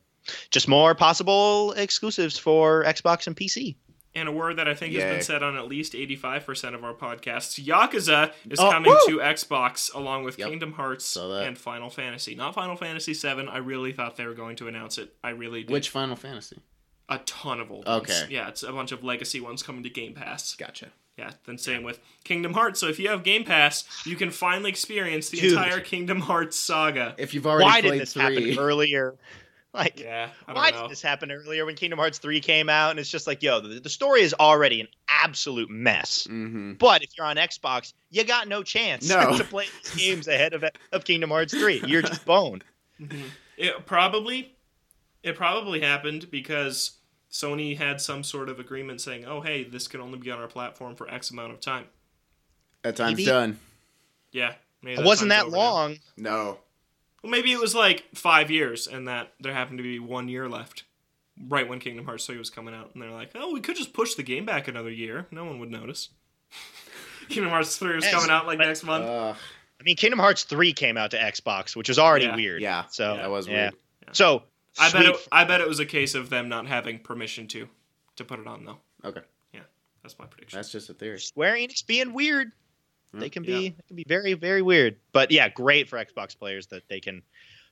just more possible exclusives for Xbox and PC. and a word that I think has Yay. been said on at least 85% of our podcasts. Yakuza is Oh, coming woo! to Xbox along with Yep. Kingdom Hearts Saw that. and Final Fantasy. Not Final Fantasy 7. I really thought they were going to announce it. I really did. Which Final Fantasy? a ton of old ones. Okay. Yeah, it's a bunch of legacy ones coming to Game Pass. Gotcha. Yeah, then same with Kingdom Hearts. So if you have Game Pass, you can finally experience the Dude. entire Kingdom Hearts saga. If you've already Why played did this three, happen earlier? Like Yeah, I don't Why know. did this happen earlier when Kingdom Hearts 3 came out? And it's just like, yo, the, the story is already an absolute mess. mm-hmm. But if you're on Xbox, you got no chance No. to play these games ahead of, of Kingdom Hearts 3. You're just boned. It probably, it probably happened because Sony had some sort of agreement saying, "Oh, hey, this can only be on our platform for X amount of time." that time's Maybe- done. Yeah, maybe It wasn't time's that over now. long. No. Well, maybe it was like five years, and that there happened to be one year left, right when Kingdom Hearts Three was coming out, and they're like, "Oh, we could just push the game back another year. No one would notice." Kingdom Hearts Three was Yes. coming out like next Um, month. Ugh. I mean, Kingdom Hearts 3 came out to Xbox, which was already Yeah. weird. yeah. So, that was yeah. weird. So, I bet sweet it, I bet it was a case of them not having permission to to put it on though. Okay. That's my prediction. That's just a theory. Square Enix being weird. Hmm, Yeah. They can be they can be very very weird, but yeah, great for Xbox players that they can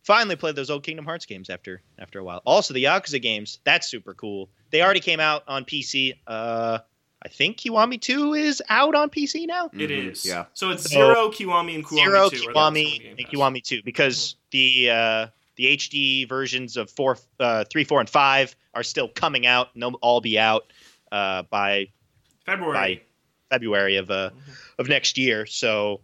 finally play those old Kingdom Hearts games after after a while. Also, the Yakuza games that's super cool. They already came out on PC. Uh, I think Kiwami Two is out on PC now. It Mhm. is. Yeah. So it's So, zero Kiwami and Hmm, Kiwami Zero two. are the Kiwami Game and Pass. Hmm. Kiwami Two because the uh, the HD versions of four, uh, three, four, and five are still coming out. And they'll all be out uh, by February. Bye. February of uh Mhm. Mm-hmm. of next year. So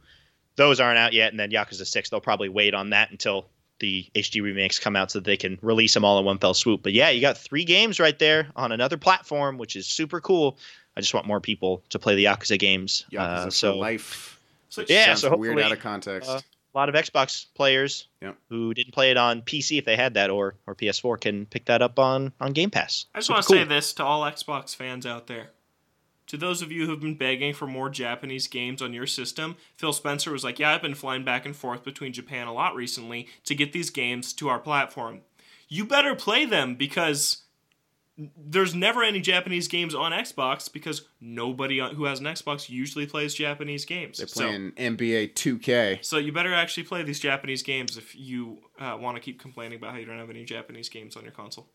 those aren't out yet, and then Yakuza Six they'll probably wait on that until the HD remakes come out so that they can release them all in one fell swoop. But yeah, you got three games right there on another platform, which is super cool. I just want more people to play the Yakuza games. Yakuza Uh, for so a life. So Yeah, Sounds so weird hopefully, out of context. uh, lot of Xbox players Yeah. who didn't play it on PC if they had that or or PS4 can pick that up on on Game Pass. I just Super want to cool. say this to all Xbox fans out there. To those of you who've been begging for more Japanese games on your system, Phil Spencer was like, "Yeah, I've been flying back and forth between Japan a lot recently to get these games to our platform. You better play them because there's never any Japanese games on Xbox because nobody on, who has an Xbox usually plays Japanese games. They're So- playing NBA 2K. So you better actually play these Japanese games if you uh, want to keep complaining about how you don't have any Japanese games on your console.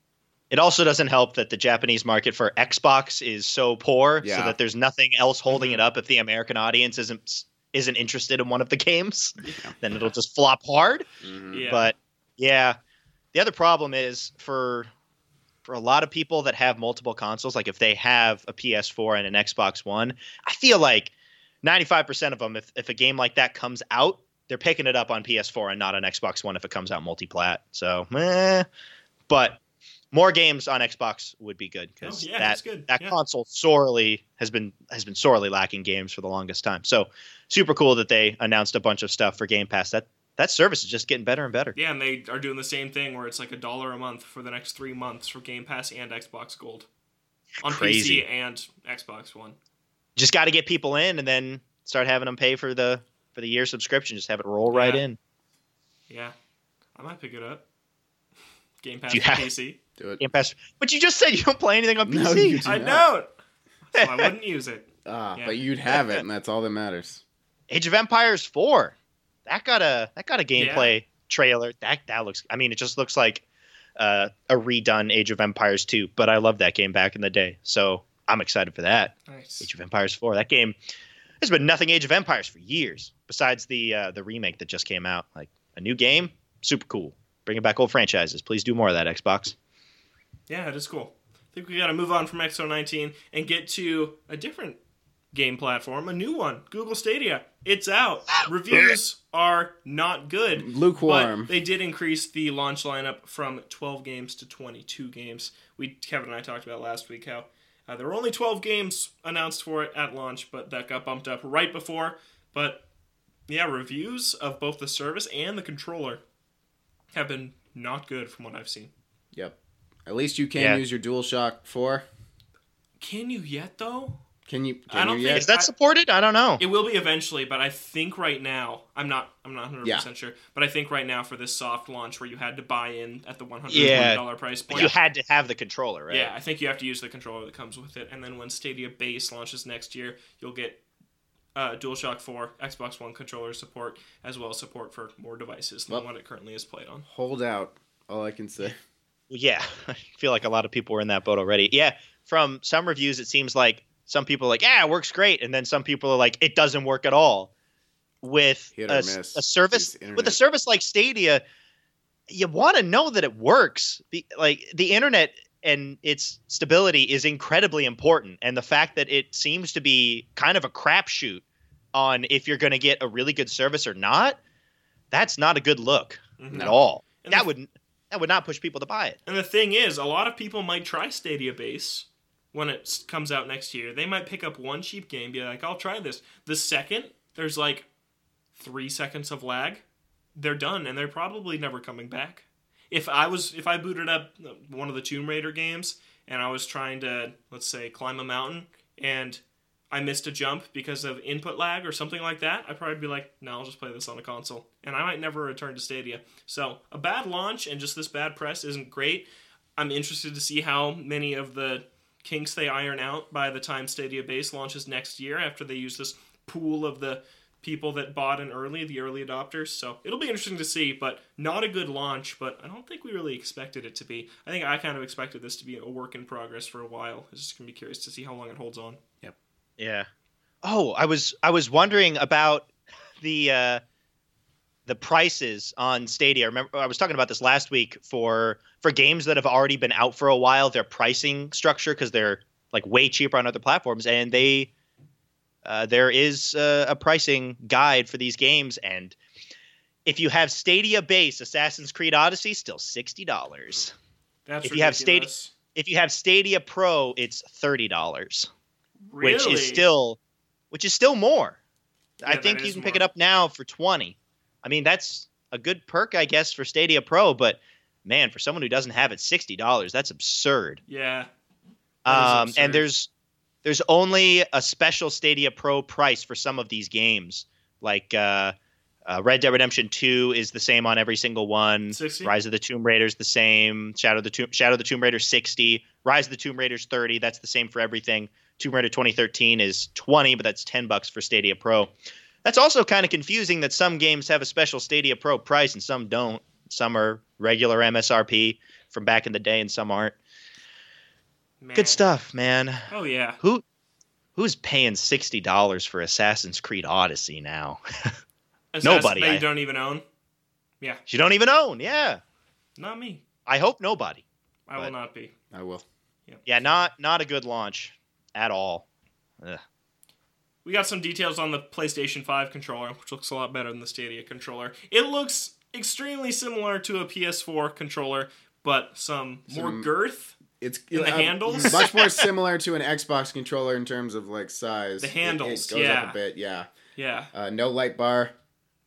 It also doesn't help that the Japanese market for Xbox is so poor, so Yeah. that there's nothing else holding it up. If the American audience isn't isn't interested in one of the games, then it'll just flop hard. Mm-hmm. Yeah. Mm. But yeah, the other problem is for for a lot of people that have multiple consoles, like if they have a PS4 and an Xbox One, I feel like 95% of them, if, if a game like that comes out, they're picking it up on PS4 and not on Xbox One if it comes out multi-plat. So, eh. but more games on Xbox would be good because Oh, yeah, that's that good. that Yeah. console sorely has been has been sorely lacking games for the longest time. So super cool that they announced a bunch of stuff for Game Pass. That that service is just getting better and better. Yeah, and they are doing the same thing where it's like a dollar a month for the next three months for Game Pass and Xbox Gold on Crazy. PC and Xbox One. Just got to get people in and then start having them pay for the for the year subscription. Just have it roll right Yeah. in. Yeah, I might pick it up. Game Pass you for have- PC. Do it. Game Pass. But you just said you don't play anything on PC. No, you do I not. don't. So I wouldn't use it. Ah, Yeah. but you'd have it, and that's all that matters. Age of Empires 4. That got a that got a Yeah. gameplay trailer. That that looks I mean it just looks like uh, a redone Age of Empires 2, but I love that game back in the day. So I'm excited for that. Nice. Age of Empires 4. That game there's been nothing Age of Empires for years besides the uh, the remake that just came out. Like a new game, super cool. Bringing back old franchises. Please do more of that Xbox. Yeah, it is cool. I think we got to move on from XO19 and get to a different game platform, a new one, Google Stadia. It's out. Reviews are not good. Lukewarm. But they did increase the launch lineup from 12 games to 22 games. We Kevin and I talked about last week how uh, there were only 12 games announced for it at launch, but that got bumped up right before. But yeah, reviews of both the service and the controller have been not good from what I've seen. Yep. At least you can Yeah. use your DualShock Four. Can you yet though? Can you? Can I don't you think yet? Is that I- supported? I don't know. It will be eventually, but I think right now I'm not I'm not 100 Yeah. percent sure. But I think right now for this soft launch where you had to buy in at the 120 Yeah. dollar price But point, You had to have the controller, right? yeah, I think you have to use the controller that comes with it. And then when Stadia Base launches next year, you'll get uh, DualShock 4, Xbox One controller support, as well as support for more devices than Well- what it currently is played on. Hold out. All I can say. Well, Yeah, I feel like a lot of people were in that boat already. Yeah, from some reviews, it seems like some people are like, yeah, it works great, and then some people are like, it doesn't work at all. With Hit a, or s- miss. a service, These with a internet- service like Stadia, you want to know that it works. The, like the internet and its stability is incredibly important, and the fact that it seems to be kind of a crapshoot on if you're going to get a really good service or not, that's not a good look Mhm. at all. And that the- would that would not push people to buy it. And the thing is, a lot of people might try Stadia Base when it s- comes out next year. They might pick up one cheap game, be like, I'll try this. The second, there's like three seconds of lag, they're done, and they're probably never coming back. If I was, if I booted up uh, one of the Tomb Raider games and I was trying to, let's say, climb a mountain and I missed a jump because of input lag or something like that, I'd probably be like, no, I'll just play this on a console. And I might never return to Stadia. So a bad launch and just this bad press isn't great. I'm interested to see how many of the kinks they iron out by the time Stadia Base launches next year after they use this pool of the people that bought in early, the early adopters. So it'll be interesting to see, but not a good launch, but I don't think we really expected it to be. I think I kind of expected this to be a work in progress for a while. It's just going to be curious to see how long it holds on. Yeah. Oh, I was I was wondering about the uh, the prices on Stadia. Remember, I was talking about this last week for for games that have already been out for a while. Their pricing structure because they're like way cheaper on other platforms, and they uh, there is uh, a pricing guide for these games. And if you have Stadia base Assassin's Creed Odyssey, still sixty dollars. That's If you have Stadia- ridiculous. If you have Stadia Pro, it's thirty dollars which Really? is still which is still more. I Yeah, think that you is can pick it more. up now for 20. I mean, that's a good perk I guess for Stadia Pro, but man, for someone who doesn't have it, $60, that's absurd. yeah. That is Um absurd. and there's there's only a special Stadia Pro price for some of these games. Like uh, uh, Red Dead Redemption 2 is the same on every single one. 60? Rise of the Tomb Raider's the same. Shadow of the Tomb Shadow of the Tomb Raider 60. Rise of the Tomb Raider's 30. That's the same for everything. Tomb Raider 2013 is 20, but that's 10 bucks for Stadia Pro. That's also kind of confusing that some games have a special Stadia Pro price and some don't. Some are regular MSRP from back in the day and some aren't. Man. Good stuff, man. Oh, yeah. Who who's paying $60 for Assassin's Creed Odyssey now? Assassin Nobody, That you I- don't even own? Yeah. You don't even own. Yeah. Not me. I hope nobody. I But- will not be. I will. Yeah, not not a good launch at all. We got some details on the PlayStation 5 controller, which looks a lot better than the Stadia controller. It looks extremely similar to a PS4 controller, but some, more Some- girth. It's And the handles? much more similar to an Xbox controller in terms of like size. The It- it handles, goes up yeah. a bit, yeah. Yeah, Uh, no light bar.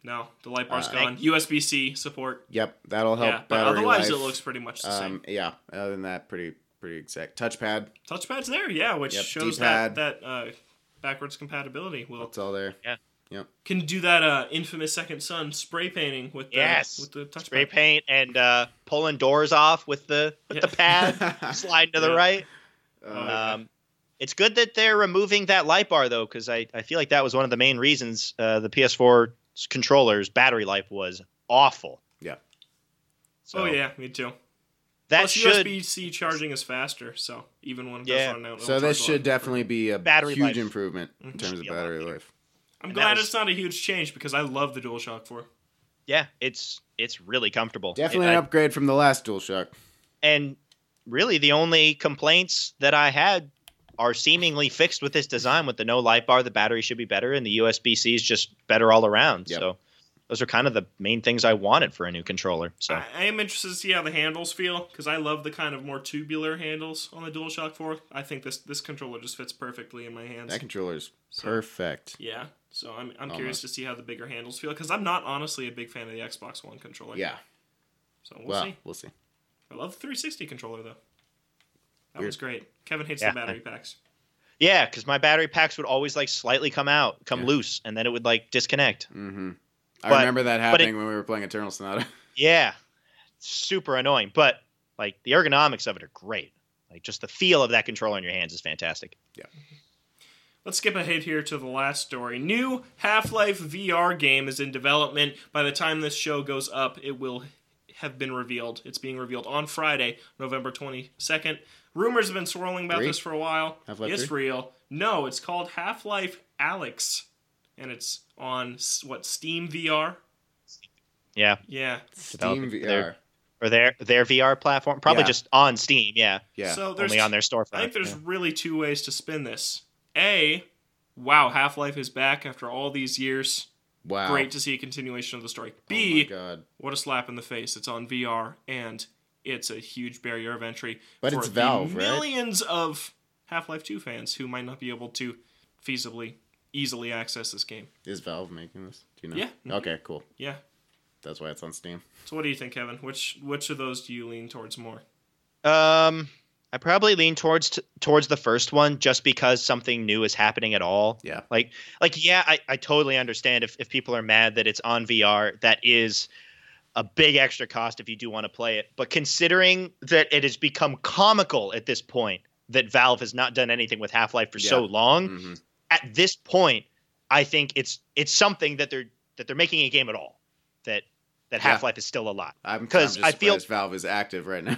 no, the light bar's Uh, gone. USB C support. Yep, that'll help. Yeah, but battery otherwise life. it looks pretty much the same. Um, yeah. Other than that, pretty pretty exact. Touchpad. Touchpad's there, yeah, which Yep, shows D-pad. that that uh, backwards compatibility. Well, It's all there. can do that uh, infamous Second Son spray painting with the, Yes. with the touchpad. Spray paint and uh, pulling doors off with the with the pad, sliding to the Yeah. right. Uh, Okay. Um, it's good that they're removing that light bar though, because I, I feel like that was one of the main reasons uh, the PS4 's controller's battery life was awful. Yeah. So oh yeah, me too. that Plus should USB C charging is faster, so even when it Yeah. goes on out. so this should definitely be a Battery life. huge improvement Mhm. in terms of Should be a lot battery better. life. I'm and glad that was- it's not a huge change because I love the DualShock 4. yeah, it's it's really comfortable. Definitely It- an I- upgrade from the last DualShock. and really the only complaints that I had are seemingly fixed with this design with the no light bar, the battery should be better, and the USB C is just better all around. Yep. So those are kind of the main things I wanted for a new controller. So I, I am interested to see how the handles feel because I love the kind of more tubular handles on the DualShock 4. I think this this controller just fits perfectly in my hands. That controller's So, perfect. Yeah. So I'm, I'm Almost. curious to see how the bigger handles feel because I'm not honestly a big fan of the Xbox One controller. Yeah. So we'll Well, see. we'll see. I love the 360 controller though. That Weird. was great. Kevin hates Yeah. the battery packs. Yeah, because my battery packs would always like slightly come out, come Yeah. loose, and then it would like disconnect. Mm-hmm. I But- remember that but it- happening when we were playing Eternal Sonata. Yeah, super annoying. But like the ergonomics of it are great. Like just the feel of that controller in your hands is fantastic. Let's skip ahead here to the last story. New Half Life VR game is in development. By the time this show goes up, it will have been revealed. It's being revealed on Friday, November 22nd. Rumors have been swirling about Three? this for a while. Half-Life it's three? real. No, it's called Half Life Alex. And it's on, s- what, Steam VR? Yeah, Yeah. Steam Developing for VR. their- or their their VR platform, probably Yeah. just on Steam. Yeah, Yeah. So there's only on their I think storefront. there's Yeah. really two ways to spin this. A, wow, Half Life is back after all these years. wow. Great to see a continuation of the story. Oh my B, God. what a slap in the face. It's on VR and it's a huge barrier of entry But for it's the Valve, right? millions of Half-Life 2 fans who might not be able to feasibly easily access this game. Is Valve making this? Do you know? Yeah. Mhm. Okay, cool. Yeah. That's why it's on Steam. So what do you think, Kevin? Which which of those do you lean towards more? Um, I probably lean towards t- towards the first one just because something new is happening at all. Yeah. Like like yeah, I, I totally understand if, if people are mad that it's on VR, that is a big extra cost if you do want to play it. But considering that it has become comical at this point that Valve has not done anything with Half-Life for so long, Mm-hmm. at this point, I think it's it's something that they're that they're making a game at all. That that Yeah. Half-Life is still alive. I'm, I'm 'Cause just I feel- surprised Valve is active right now.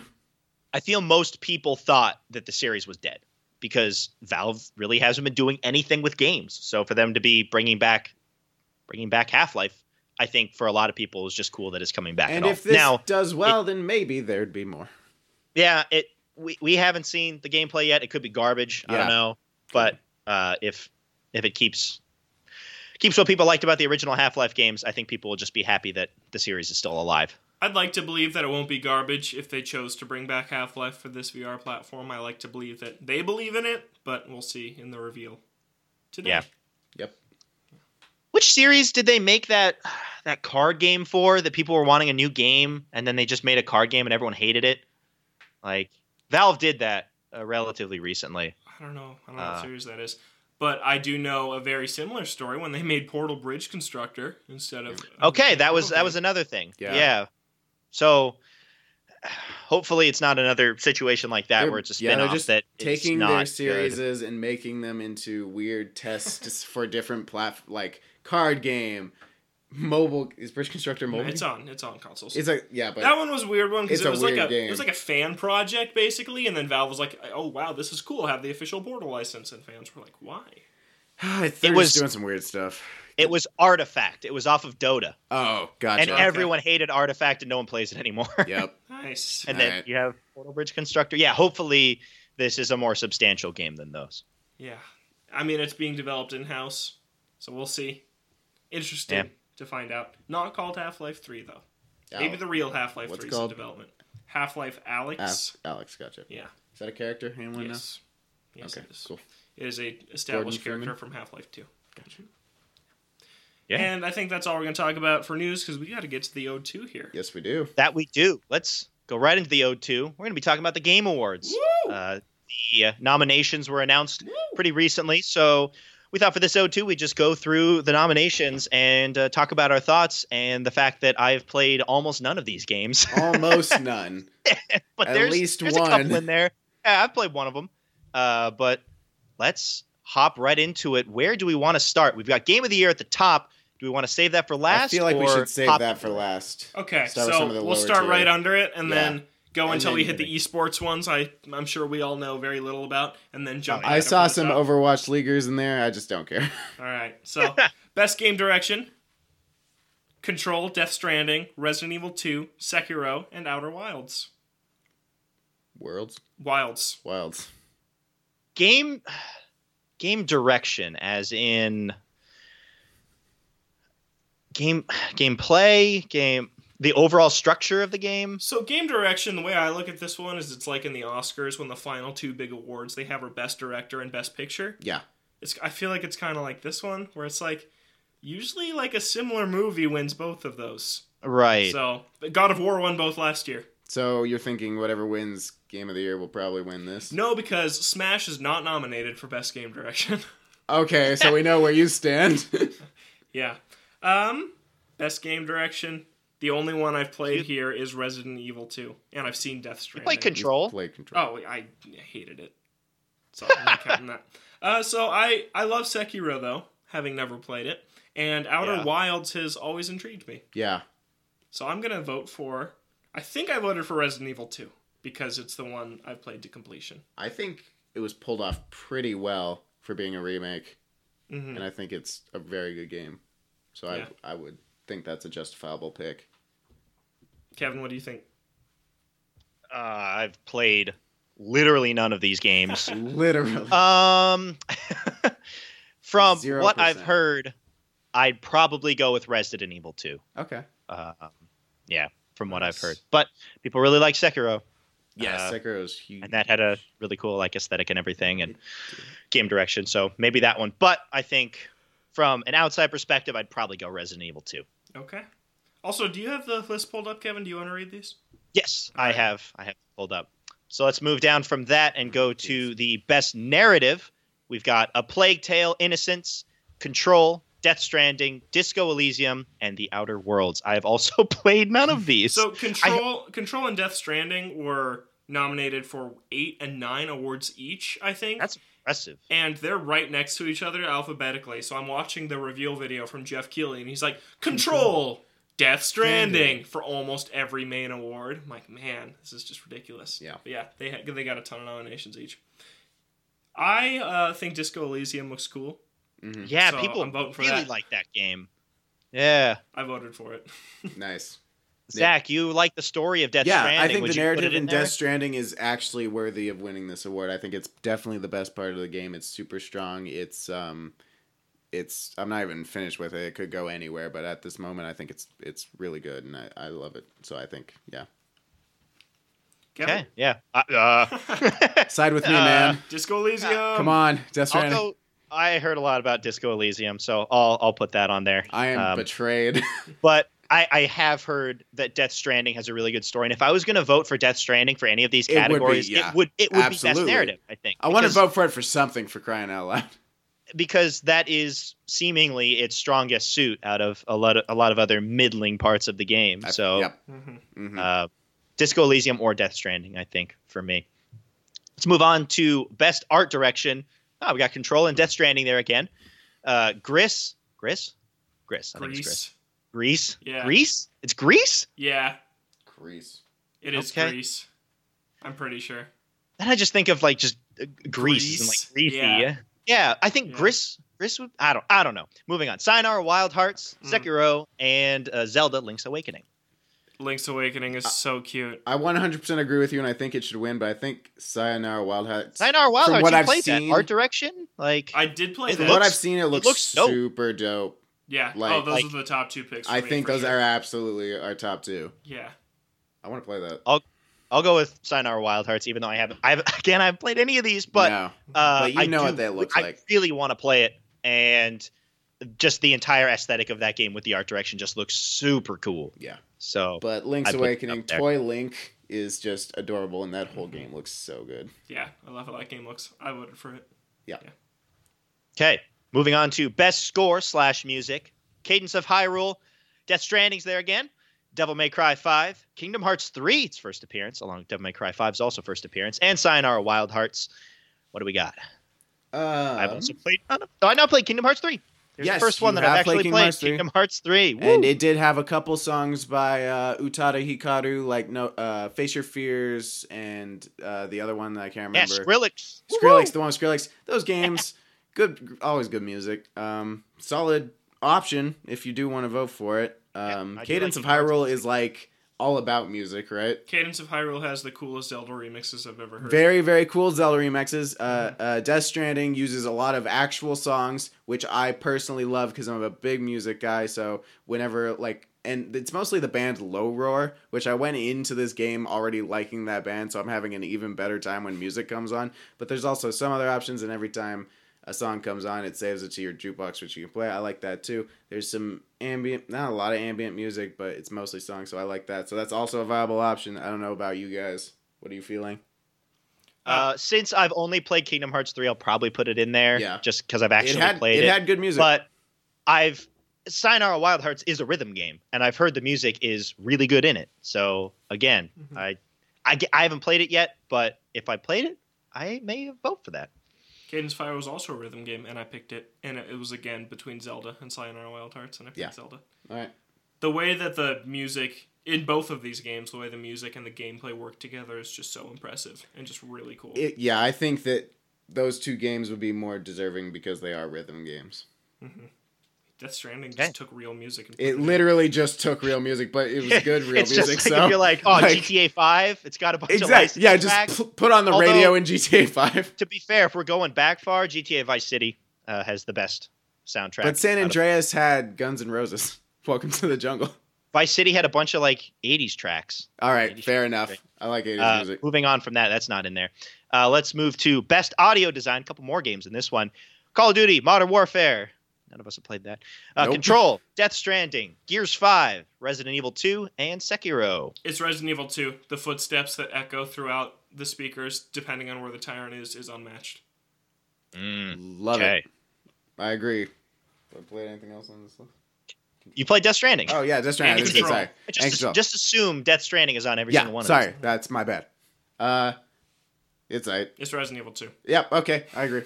I feel most people thought that the series was dead because Valve really hasn't been doing anything with games. So for them to be bringing back bringing back Half-Life, I think for a lot of people is just cool that it's coming back and at if all. this Now, does well, then maybe there'd be more. yeah, it we, we haven't seen the gameplay yet. It could be garbage. I Yeah. don't know. But uh, if if it keeps keeps what people liked about the original Half-Life games, I think people will just be happy that the series is still alive. I'd like to believe that it won't be garbage if they chose to bring back Half-Life for this VR platform. I like to believe that they believe in it, but we'll see in the reveal today. Yeah. Yep. Which series did they make that that card game for that people were wanting a new game and then they just made a card game and everyone hated it? Like Valve did that uh, relatively recently. Mm-hmm. I don't know. I don't know what Uh, series that is. But I do know a very similar story when they made Portal Bridge Constructor instead of um, Okay, that was that was another thing. Yeah. Yeah. So hopefully it's not another situation like that They're- where it's a yeah, they're spin-off just that it's Taking not their good. series and making them into weird tests for different plat like card game, mobile. Is Bridge Constructor mobile? It's on. It's on consoles. It's a yeah, but that one was a weird one because It's it a was like weird a game. it was like a fan project basically, and then Valve was like, "Oh wow, this is cool. Have the official Portal license," and fans were like, "Why?" it was was- doing some weird stuff. It was Artifact. It was off of Dota. Oh, gotcha. And everyone hated Artifact and no one plays it anymore. yep. Nice. and then Alright. you have Portal Bridge Constructor. Yeah, hopefully this is a more substantial game than those. Yeah. I mean, it's being developed in house, so we'll see. Interesting Yeah. to find out. Not called Half Life 3, though. Oh, Maybe the real Half Life What's 3 it is in called? development. Half Life Alex. Ah, Alex, gotcha. yeah. Is that a character? Anyone knows? Yes. Yes, okay, it is. cool. It is a established Gordon character from Half Life Two. Gotcha. Yeah. And I think that's all we're gonna talk about for news because we got to get to the O2 here. Yes, we do. That we do. Let's go right into the O2. We're going to be talking about the Game Awards. Woo! Uh, the uh, nominations were announced Woo! pretty recently, so we thought for this O2 we'd just go through the nominations and uh, talk about our thoughts and the fact that I've played almost none of these games, Almost none. but At there's, least there's one. a couple in there. Yeah, I've played one of them, uh, but let's hop right into it. Where do we want to start? We've got Game of the Year at the top. Do we want to save that for last? I feel like we or should save hop that for into it? last. Okay, Start with so some of the we'll lower start tier. right under it and Yeah. then go And until then we you're hit the esports ones. I I'm sure we all know very little about, and then jump. I right I up saw to the some top. Overwatch leaguers in there. I just don't care. All right, so best game direction: Control, Death Stranding, Resident Evil 2, Sekiro, and Outer Wilds. Worlds, Wilds. wilds. game game direction as in game gameplay game the overall structure of the game So game direction, the way I look at this one is it's like in the Oscars when the final two big awards they have are best director and best picture. Yeah. It's I feel like it's kind of like this one where it's like usually like a similar movie wins both of those. right So but God of War won both last year. So you're thinking whatever wins Game of the Year will probably win this. No, because Smash is not nominated for best game direction. Okay, so we know where you stand. yeah. Um best game direction. The only one I've played here is Resident Evil 2 and I've seen Death Stranding. play control Play control. Oh, I hated it. So I'm not counting that. Uh, so I I love Sekiro though, having never played it, and Outer Yeah. Wilds has always intrigued me. Yeah. So I'm gonna vote for. I think I voted for Resident Evil 2 because it's the one I've played to completion. I think it was pulled off pretty well for being a remake, hmm Mm-hmm. and I think it's a very good game. So Yeah. I I would think that's a justifiable pick. Kevin, what do you think? uh, i've played literally none of these games Literally. um from Zero what i've percent. heard i'd probably go with resident evil 2 okay. uh, yeah from what i've Nice. heard but people really like sekiro Yeah, Uh, Sekiro's huge. and that had a really cool like aesthetic and everything and game direction so maybe that one but i think from an outside perspective i'd probably go resident evil 2 Okay. Also, do you have the list pulled up, Kevin? Do you want to read these? yes i have i have pulled up so let's move down from that and go to the best narrative we've got a plague tale innocence control death stranding disco elysium and the outer worlds i have also played none of these So control, control, and Death Stranding were nominated for eight and nine awards each. I think That's impressive and they're right next to each other alphabetically. So I'm watching the reveal video from Jeff Keighley, and he's like, "Control, Death Stranding" Stranding. for almost every main award. I'm like, man, this is just ridiculous. Yeah. but yeah, they had, they got a ton of nominations each. I uh, think Disco Elysium looks cool. Mhm. yeah So people I'm voting for really that. like that game yeah I voted for it. Nice. Zach, you like the story of Death yeah, Stranding. I think Would the you put narrative it in, in Death there? Stranding is actually worthy of winning this award. I think it's definitely the best part of the game. It's super strong. It's um, it's I'm not even finished with it. It could go anywhere, but at this moment, I think it's it's really good, and I, I love it. So I think yeah, Kevin? Okay, yeah. Uh, uh, side with me, Uh, man. Disco Elysium. Come on, Death I'll Stranding. go, I heard a lot about Disco Elysium, so I'll I'll put that on there. I am Um, betrayed. but I, I have heard that Death Stranding has a really good story, and if I was going to vote for Death Stranding for any of these It would be, categories, yeah. it would it would be Absolutely. best narrative. I think. I want to Because- vote for it for something for crying out loud. because that is seemingly its strongest suit out of a lot of a lot of other middling parts of the game. I- so yep. Mhm. Mhm. uh, Disco Elysium or Death Stranding, I think, for me. Let's move on to Best Art Direction. Oh, we got Control and Death Stranding there again. Uh, Gris, Gris, Gris. I think it's Gris. Greece. Grease, Yeah. Grease. It's Grease. Yeah, Grease. it is Okay. Greece. I'm pretty sure. Then I just think of like just uh, Grease and Grease, like greasy. yeah. Yeah, I think Yeah. Gris. Gris would. I don't. I don't know. Moving on. Sinar, Wild Hearts, Mm. Sekiro, and uh, Zelda: Link's Awakening. Link's Awakening Uh, is so cute. I 100% agree with you, and I think it should win. But I think Sayonara Wild Hearts. Sinar, Wild From Hearts. what You I've played that seen- art direction. Like I did play It that. From looks- what I've seen, it looks, looks dope. super dope. yeah. like- oh, those like- are the top two picks. for I me, think for those sure. are absolutely our top two. Yeah. I want to play that. I'll go with Sinar Wild Hearts, even though I haven't. I've again, I haven't played any of these, but no. uh, But you I know do- what that looks I like. really want to play it, and just the entire aesthetic of that game with the art direction just looks super cool. Yeah. So But Link's I put it Awakening up there. Toy Link is just adorable, and that whole game looks so good. Yeah, I love how that game looks. I voted for it. okay, moving on to best score slash music, Cadence of Hyrule, Death Stranding's there again. Devil May Cry 5, Kingdom Hearts 3, its first appearance, along with Devil May Cry 5's also first appearance, and Sayonara Wild Hearts. What do we got? Um, I've also played. Oh, no, I now played Kingdom Hearts three. Here's Yes, the first one you that I've have played actually Kingdom played. Hearts 3. Kingdom Hearts three. Woo! and it did have a couple songs by uh, Utada Hikaru, like no, uh, "Face Your Fears" and uh, the other one that I can't yeah, remember. Skrillex. Skrillex, the one with Skrillex. Those games, good, always good music. Um, solid option if you do want to vote for it. Um, I do Cadence like of Hyrule is like all about music, right? Cadence of Hyrule has the coolest Zelda remixes I've ever heard. Very, very cool Zelda remixes. Uh, uh, Death Stranding uses a lot of actual songs, which I personally love because I'm a big music guy. So whenever like, and it's mostly the band Low Roar, which I went into this game already liking that band, so I'm having an even better time when music comes on. But there's also some other options, and every time a song comes on, it saves it to your jukebox, which you can play. I like that too. There's some ambient, not a lot of ambient music, but it's mostly songs, so I like that. So that's also a viable option. I don't know about you guys. What are you feeling? Uh, since I've only played Kingdom Hearts three, I'll probably put it in there. Yeah. Just because I've actually it had, played it. had good music. but I've Sayonara Wild Hearts is a rhythm game, and I've heard the music is really good in it. So again, Mhm. I, I ge- I haven't played it yet, but if I played it, I may vote for that. Cadence of Hyrule is also a rhythm game, and I picked it, and it was again between Zelda and Sayonara Wild Hearts, and I picked Yeah. Zelda. All right. The way that the music in both of these games, the way the music and the gameplay work together is just so impressive and just really cool. It, yeah, I think that those two games would be more deserving because they are rhythm games. Death Stranding Okay. just took real music and put It in. literally just took real music, but it was good real it's music. Just like so if you're like, oh, like- GTA five, it's got a bunch of exactly. licensed Yeah, just tracks. pu- put on the Although- radio in GTA Five. to be fair, if we're going back far, GTA Vice City uh, has the best soundtrack. But out San of- Andreas had Guns N' Roses. Welcome to the jungle. Vice City had a bunch of like '80s tracks. All right, 80s fair enough. music. I like eighties Uh, music. moving on from that, that's not in there. Uh, let's move to best audio design. A couple more games in this one: Call of Duty, Modern Warfare. None of us have played that. Uh, Nope. Control, Death Stranding, Gears Five, Resident Evil Two, and Sekiro. It's Resident Evil 2. The footsteps that echo throughout the speakers, depending on where the tyrant is, is unmatched. Mm, Love okay, it. I agree. Did I play anything else on this list? you played Death Stranding. Oh yeah, that's right. And I was Control. Sorry. I And just, Control. just assume Death Stranding is on every yeah, single one. of sorry, these. that's my bad. Uh, it's all right. It's Resident Evil 2. Yep. Okay. I agree.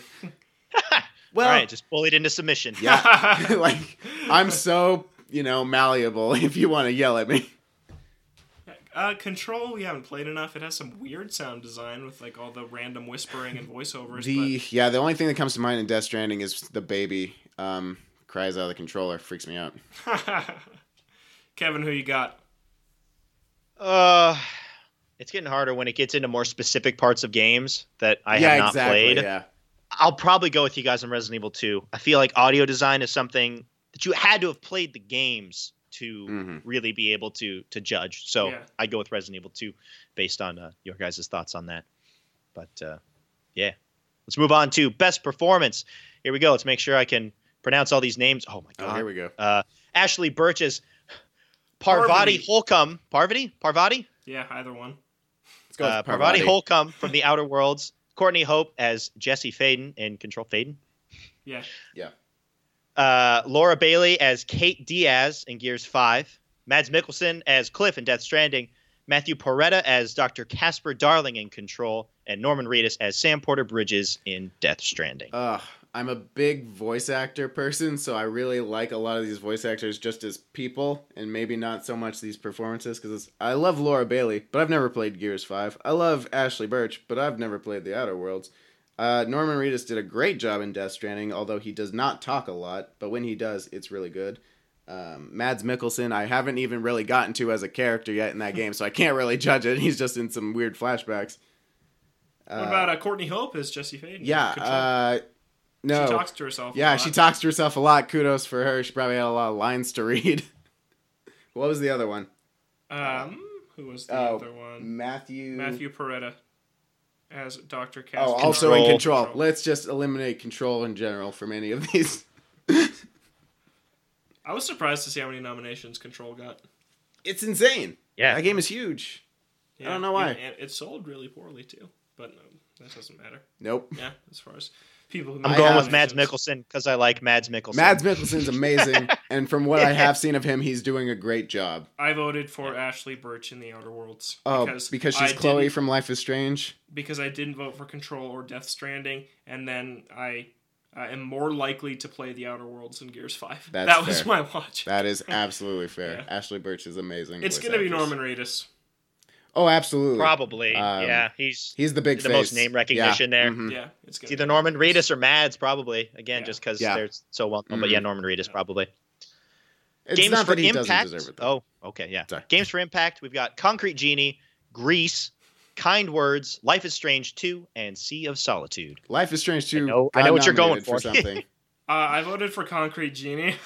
well, All right, just bullied into submission. yeah. like I'm so you know malleable. If you want to yell at me, Uh, Control, we haven't played enough. It has some weird sound design with like all the random whispering and voiceovers. the yeah the only thing that comes to mind in Death Stranding is the baby um cries out of the controller, freaks me out. But... Kevin, who you got? Uh, it's getting harder when it gets into more specific parts of games that I yeah, have not exactly. played. Yeah. I'll probably go with you guys on Resident Evil 2. I feel like audio design is something that you had to have played the games to Mhm. really be able to to judge. So Yeah. I'd go with Resident Evil 2 based on uh, your guys' thoughts on that. But uh, yeah, let's move on to best performance. Here we go. Let's make sure I can pronounce all these names. Oh my Oh, god. here we go. uh, Ashley Birch's Parvati Parvati. Holcomb. Parvati? Parvati? Yeah, either one. Let's go. Uh, Parvati with Parvati. Holcomb from The Outer Worlds. Courtney Hope as Jesse Faden in Control Faden. Yeah. Uh, Laura Bailey as Kate Diaz in Gears 5. Mads Mikkelsen as Cliff in Death Stranding. Matthew Poretta as Dr. Casper Darling in Control. And Norman Reedus as Sam Porter Bridges in Death Stranding. Ugh, I'm a big voice actor person, so I really like a lot of these voice actors just as people, and maybe not so much these performances. Because I love Laura Bailey, but I've never played Gears Five. I love Ashley Birch, but I've never played The Outer Worlds. Uh, Norman Reedus did a great job in Death Stranding, although he does not talk a lot. But when he does, it's really good. Um, Mads Mikkelsen, I haven't even really gotten to as a character yet in that game, so I can't really judge it. He's just in some weird flashbacks. What about uh, Courtney Hope as Jesse Faden? Yeah. Control. Uh, no. She talks to herself. a Yeah, lot. she talks to herself a lot. Kudos for her. She probably had a lot of lines to read. what was the other one? Um, Who was the Oh, other one? Matthew. Um, Matthew Peretta as Dr. Casper. Oh, also in Control. control. Let's just eliminate control in general from any of these. I was surprised to see how many nominations Control got. It's insane. Yeah. That game is huge. I don't know why. And, and it sold really poorly too, but no, that doesn't matter. Nope. Yeah, as far as people who I'm I going have- with Mads Mikkelsen because I like Mads Mikkelsen. Mads Mikkelsen's amazing, and from what I have seen of him, he's doing a great job. I voted for Ashley Birch in The Outer Worlds Oh, because, she's I Chloe didn't- from Life is Strange. Because I didn't vote for Control or Death Stranding, and then I, I am more likely to play The Outer Worlds and Gears Five. That's that was fair. my watch. That is absolutely fair. Yeah. Ashley Birch is amazing. it's voice gonna be actress. Norman Reedus. Oh, absolutely. probably. Um, yeah, he's He's the big the face. most name Yeah. recognition there. Mhm. Yeah, it's gonna It's either be Norman Reedus or Mads, probably. Again, Yeah. just because Yeah. they're so well known. But Mhm. yeah, Norman Reedus probably. It's Games not for that he Impact. doesn't deserve it. Though. Oh, okay, yeah. Sorry. Games for Impact. We've got Concrete Genie, Grease, Kind Words, Life is Strange Two, and Sea of Solitude. Life is Strange too. I know- I know what you're going for. for. something. Uh, I voted for Concrete Genie.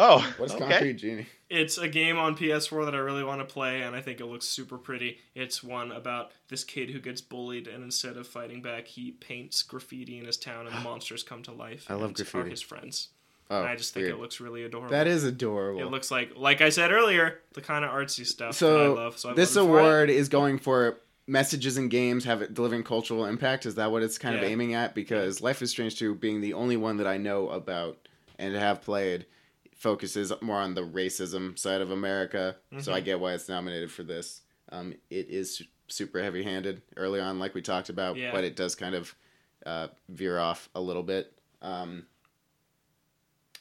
Oh, What is okay. Concrete Genie? It's a game on PS4 that I really want to play, and I think it looks super pretty. It's one about this kid who gets bullied, and instead of fighting back, he paints graffiti in his town, and the monsters come to life. I love and Are graffiti. his friends. Oh, and I just think weird. it looks really adorable. that is adorable. It looks like, like I said earlier, the kind of artsy stuff that I So, love. So I this voted for it. award is going for messages in games have it delivering cultural impact. Is that what it's kind Yeah. of aiming at? Because Life is Strange 2 being the only one that I know about and have played focuses more on the racism side of America. So Mhm. I get why it's nominated for this. Um, it is su- super heavy handed early on, like we talked about, Yeah. but it does kind of uh, veer off a little bit. Um,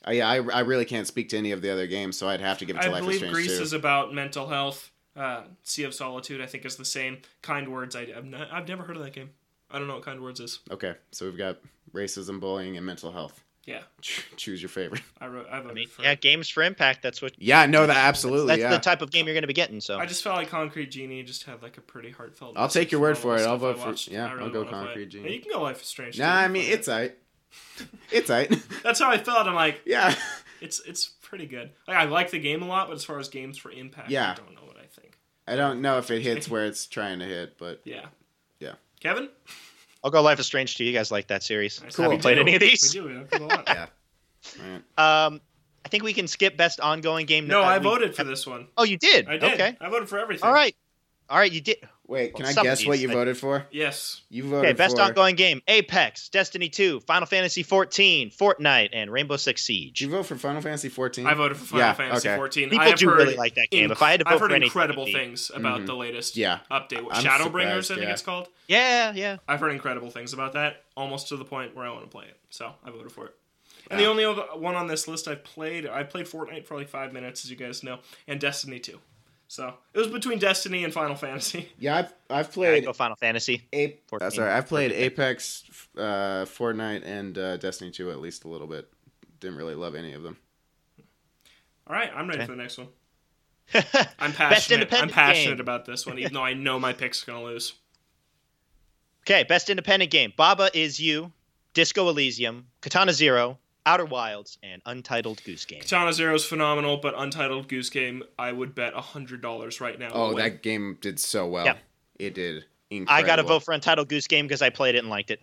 I, yeah, I, I really can't speak to any of the other games, so I'd have to give it to I Life is believe Strange Greece 2. is about mental health. Uh, sea of Solitude, I think, is the same. Kind Words, I, I've, not, I've never heard of that game. I don't know what Kind Words is. Okay, so we've got racism, bullying, and mental health. Yeah, Ch- Choose your favorite. I wrote. I I voted mean, for. yeah, Games for Impact. That's what. Yeah, no, that absolutely. That's yeah, the type of game you're going to be getting. So I just felt like Concrete Genie just had like a pretty heartfelt. I'll take message your word from all for the it. I'll stuff I vote for- watched. yeah, I I'll go wanna play Concrete it. Genie. Yeah, You can go Life is Strange. nah, too. I mean Fuck it's it. aight. It's aight. that's how I felt. I'm like, yeah, it's it's pretty good. Like I like the game a lot, but as far as games for impact, Yeah. I don't know what I think. I don't know if it hits where it's trying to hit, but Yeah. Yeah. Kevin, I'll go Life is Strange too. You guys like that series? Nice. Cool. Have We you played do. any of these? We do. We have a lot. yeah. Right. Um, I think we can skip best ongoing game. No, Uh, I we- voted for this one. Oh, you did. I did. Okay. I voted for everything. All right. All right. You did. Wait, can Well, I some guess of what these, you I- voted for? Yes. You voted Okay, best for. ongoing game: Apex, Destiny 2, Final Fantasy 14, Fortnite, and Rainbow Six Did Siege. you vote for Final Fantasy 14? I voted for Final Yeah, Fantasy okay. 14. I People have do heard really like that game. If I had to vote have heard for anything, incredible it'd be- things about Mhm. the latest Yeah. update. I'm Shadowbringers, I surprised, think yeah. it's called. Yeah, yeah. I've heard incredible things about that, almost to the point where I want to play it. So I voted for it. And the Yeah. only other one on this list I've played, I played Fortnite for like five minutes, as you guys know, and Destiny 2. So it was between Destiny and Final Fantasy. Yeah, I've, I've I played. go Final Fantasy. Ape, 14. sorry, I've played Apex, uh, Fortnite, and uh, Destiny 2 at least a little bit. Didn't really love any of them. All right, I'm ready Okay. for the next one. okay, I'm passionate. I'm independent passionate game. about this one, even though I know my pick's gonna lose. best independent game: Baba is You, Disco Elysium, Katana Zero, Outer Wilds, and Untitled Goose Game. Katana Zero is phenomenal, but Untitled Goose Game, I would bet hundred dollars right now. Oh, will win. that game did so well. Yeah. It did. I Incredible. gotta vote for Untitled Goose Game because I played it and liked it.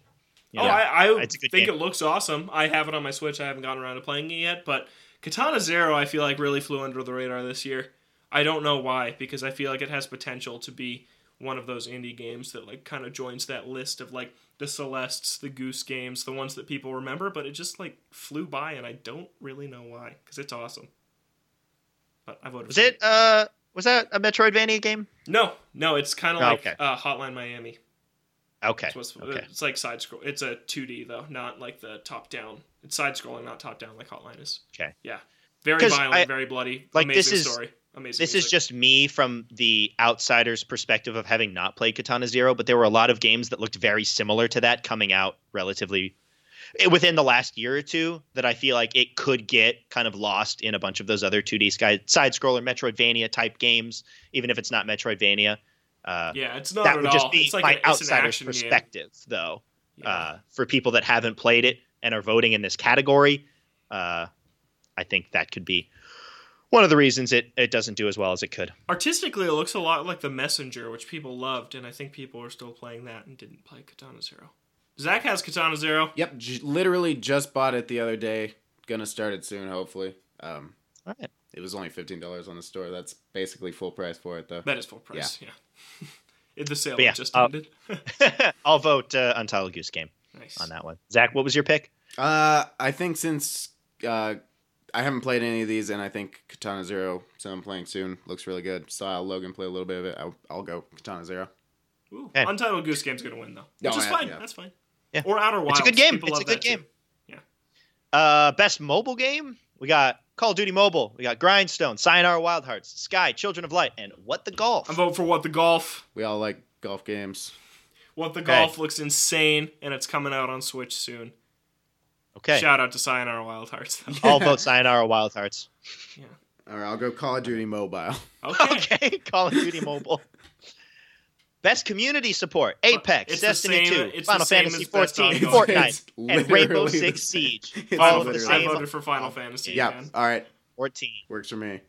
You Oh, know? I, I It's a think good game. it looks awesome. I have it on my Switch. I haven't gotten around to playing it yet, but Katana Zero, I feel like really flew under the radar this year. I don't know why, because I feel like it has potential to be one of those indie games that like kind of joins that list of like the Celestes, the Goose games, the ones that people remember, but it just like flew by, and I don't really know why, because it's awesome. But I voted. was for it? Uh, was that a Metroidvania game? No, no, it's kind of Oh, like okay. uh, Hotline Miami. Okay. It's, what's, uh, okay. it's like side scroll. It's a 2D though, not like the top down. It's side scrolling, not top down like Hotline is. Okay. Yeah. Very 'Cause violent, I- very bloody. like, amazing this is- story. Amazing. This is music. just me from the outsider's perspective of having not played Katana Zero, but there were a lot of games that looked very similar to that coming out relatively eh, within the last year or two that I feel like it could get kind of lost in a bunch of those other 2D sky, side scroller Metroidvania type games, even if it's not Metroidvania. Uh, yeah. It's not that at would all. just be it's like my an, it's an outsider's action game. perspective, though. Yeah. Uh, for people that haven't played it and are voting in this category, uh, I think that could be one of the reasons it, it doesn't do as well as it could. Artistically, it looks a lot like The Messenger, which people loved, and I think people are still playing that and didn't play Katana Zero. Zach has Katana Zero. Yep, j- literally just bought it the other day. Gonna start it soon, hopefully. Um, All right. it was only fifteen dollars on the store. That's basically full price for it, though. That is full price. Yeah. It- the sale But yeah, just uh, ended. I'll vote uh, Untitled Goose Game nice. on that one. Zach, what was your pick? Uh, I think since uh, I haven't played any of these, and I think Katana Zero, so I'm playing soon, looks really good. Saw Logan play a little bit of it. I'll, I'll go Katana Zero. Ooh, Okay. Untitled Goose Game's gonna win though, No, which is I- fine. yeah. That's fine. Yeah. Or Outer Wilds. It's a good game. People it's a love good that, too. game. Yeah. Uh, best mobile game? We got Call of Duty Mobile. We got Grindstone, Sayonara Wild Hearts, Sky, Children of Light, and What the Golf. I'm voting for What the Golf. We all like golf games. What the Okay. Golf looks insane, and it's coming out on Switch soon. okay. Shout out to Sayonara Wild Hearts. though. I'll vote Sayonara Wild Hearts. Or I'll go Call of Duty Mobile. Okay. Oh, Okay, Call of Duty Mobile. Best community support: Apex, It's the Destiny 2, same- it's Final the same Fantasy as best 14, ongoing. Fortnite, It's and Rainbow literally the Six same. Siege. It's All of the literally- I same. Oh, voted for Final Fantasy. Yeah. man. All right. 14. Works for me.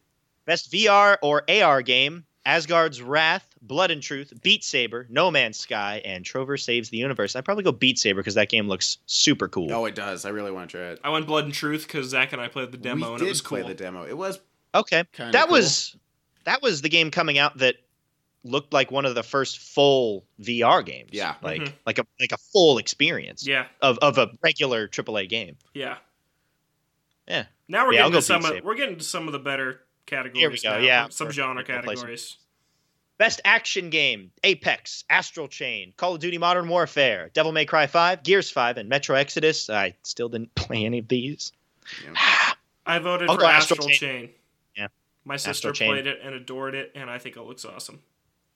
Best VR or AR game: Asgard's Wrath, Blood and Truth, Beat Saber, No Man's Sky, and Trover Saves the Universe. I'd probably go Beat Saber because that game looks super cool. Oh, it does. I really want to try it. I went Blood and Truth because Zach and I played the demo we and did it was cool. play the demo. It was Okay, kind of that was that was the game coming out that looked like one of the first full VR games. Yeah. like Mhm. like a like a full experience. yeah, of of a regular AAA game. yeah, Yeah. Now we're Yeah, I'll getting to go some. Beat Of, Saber. we're getting to some of the better categories. go, now, yeah. some We're- genre we'll play some- categories. Best action game: Apex, Astral Chain, Call of Duty: Modern Warfare, Devil May Cry 5, Gears 5, and Metro Exodus. I still didn't play any of these. I voted I'll for go Astral Astral Chain. Yeah. My sister Astral Chain. played it and adored it, and I think it looks awesome.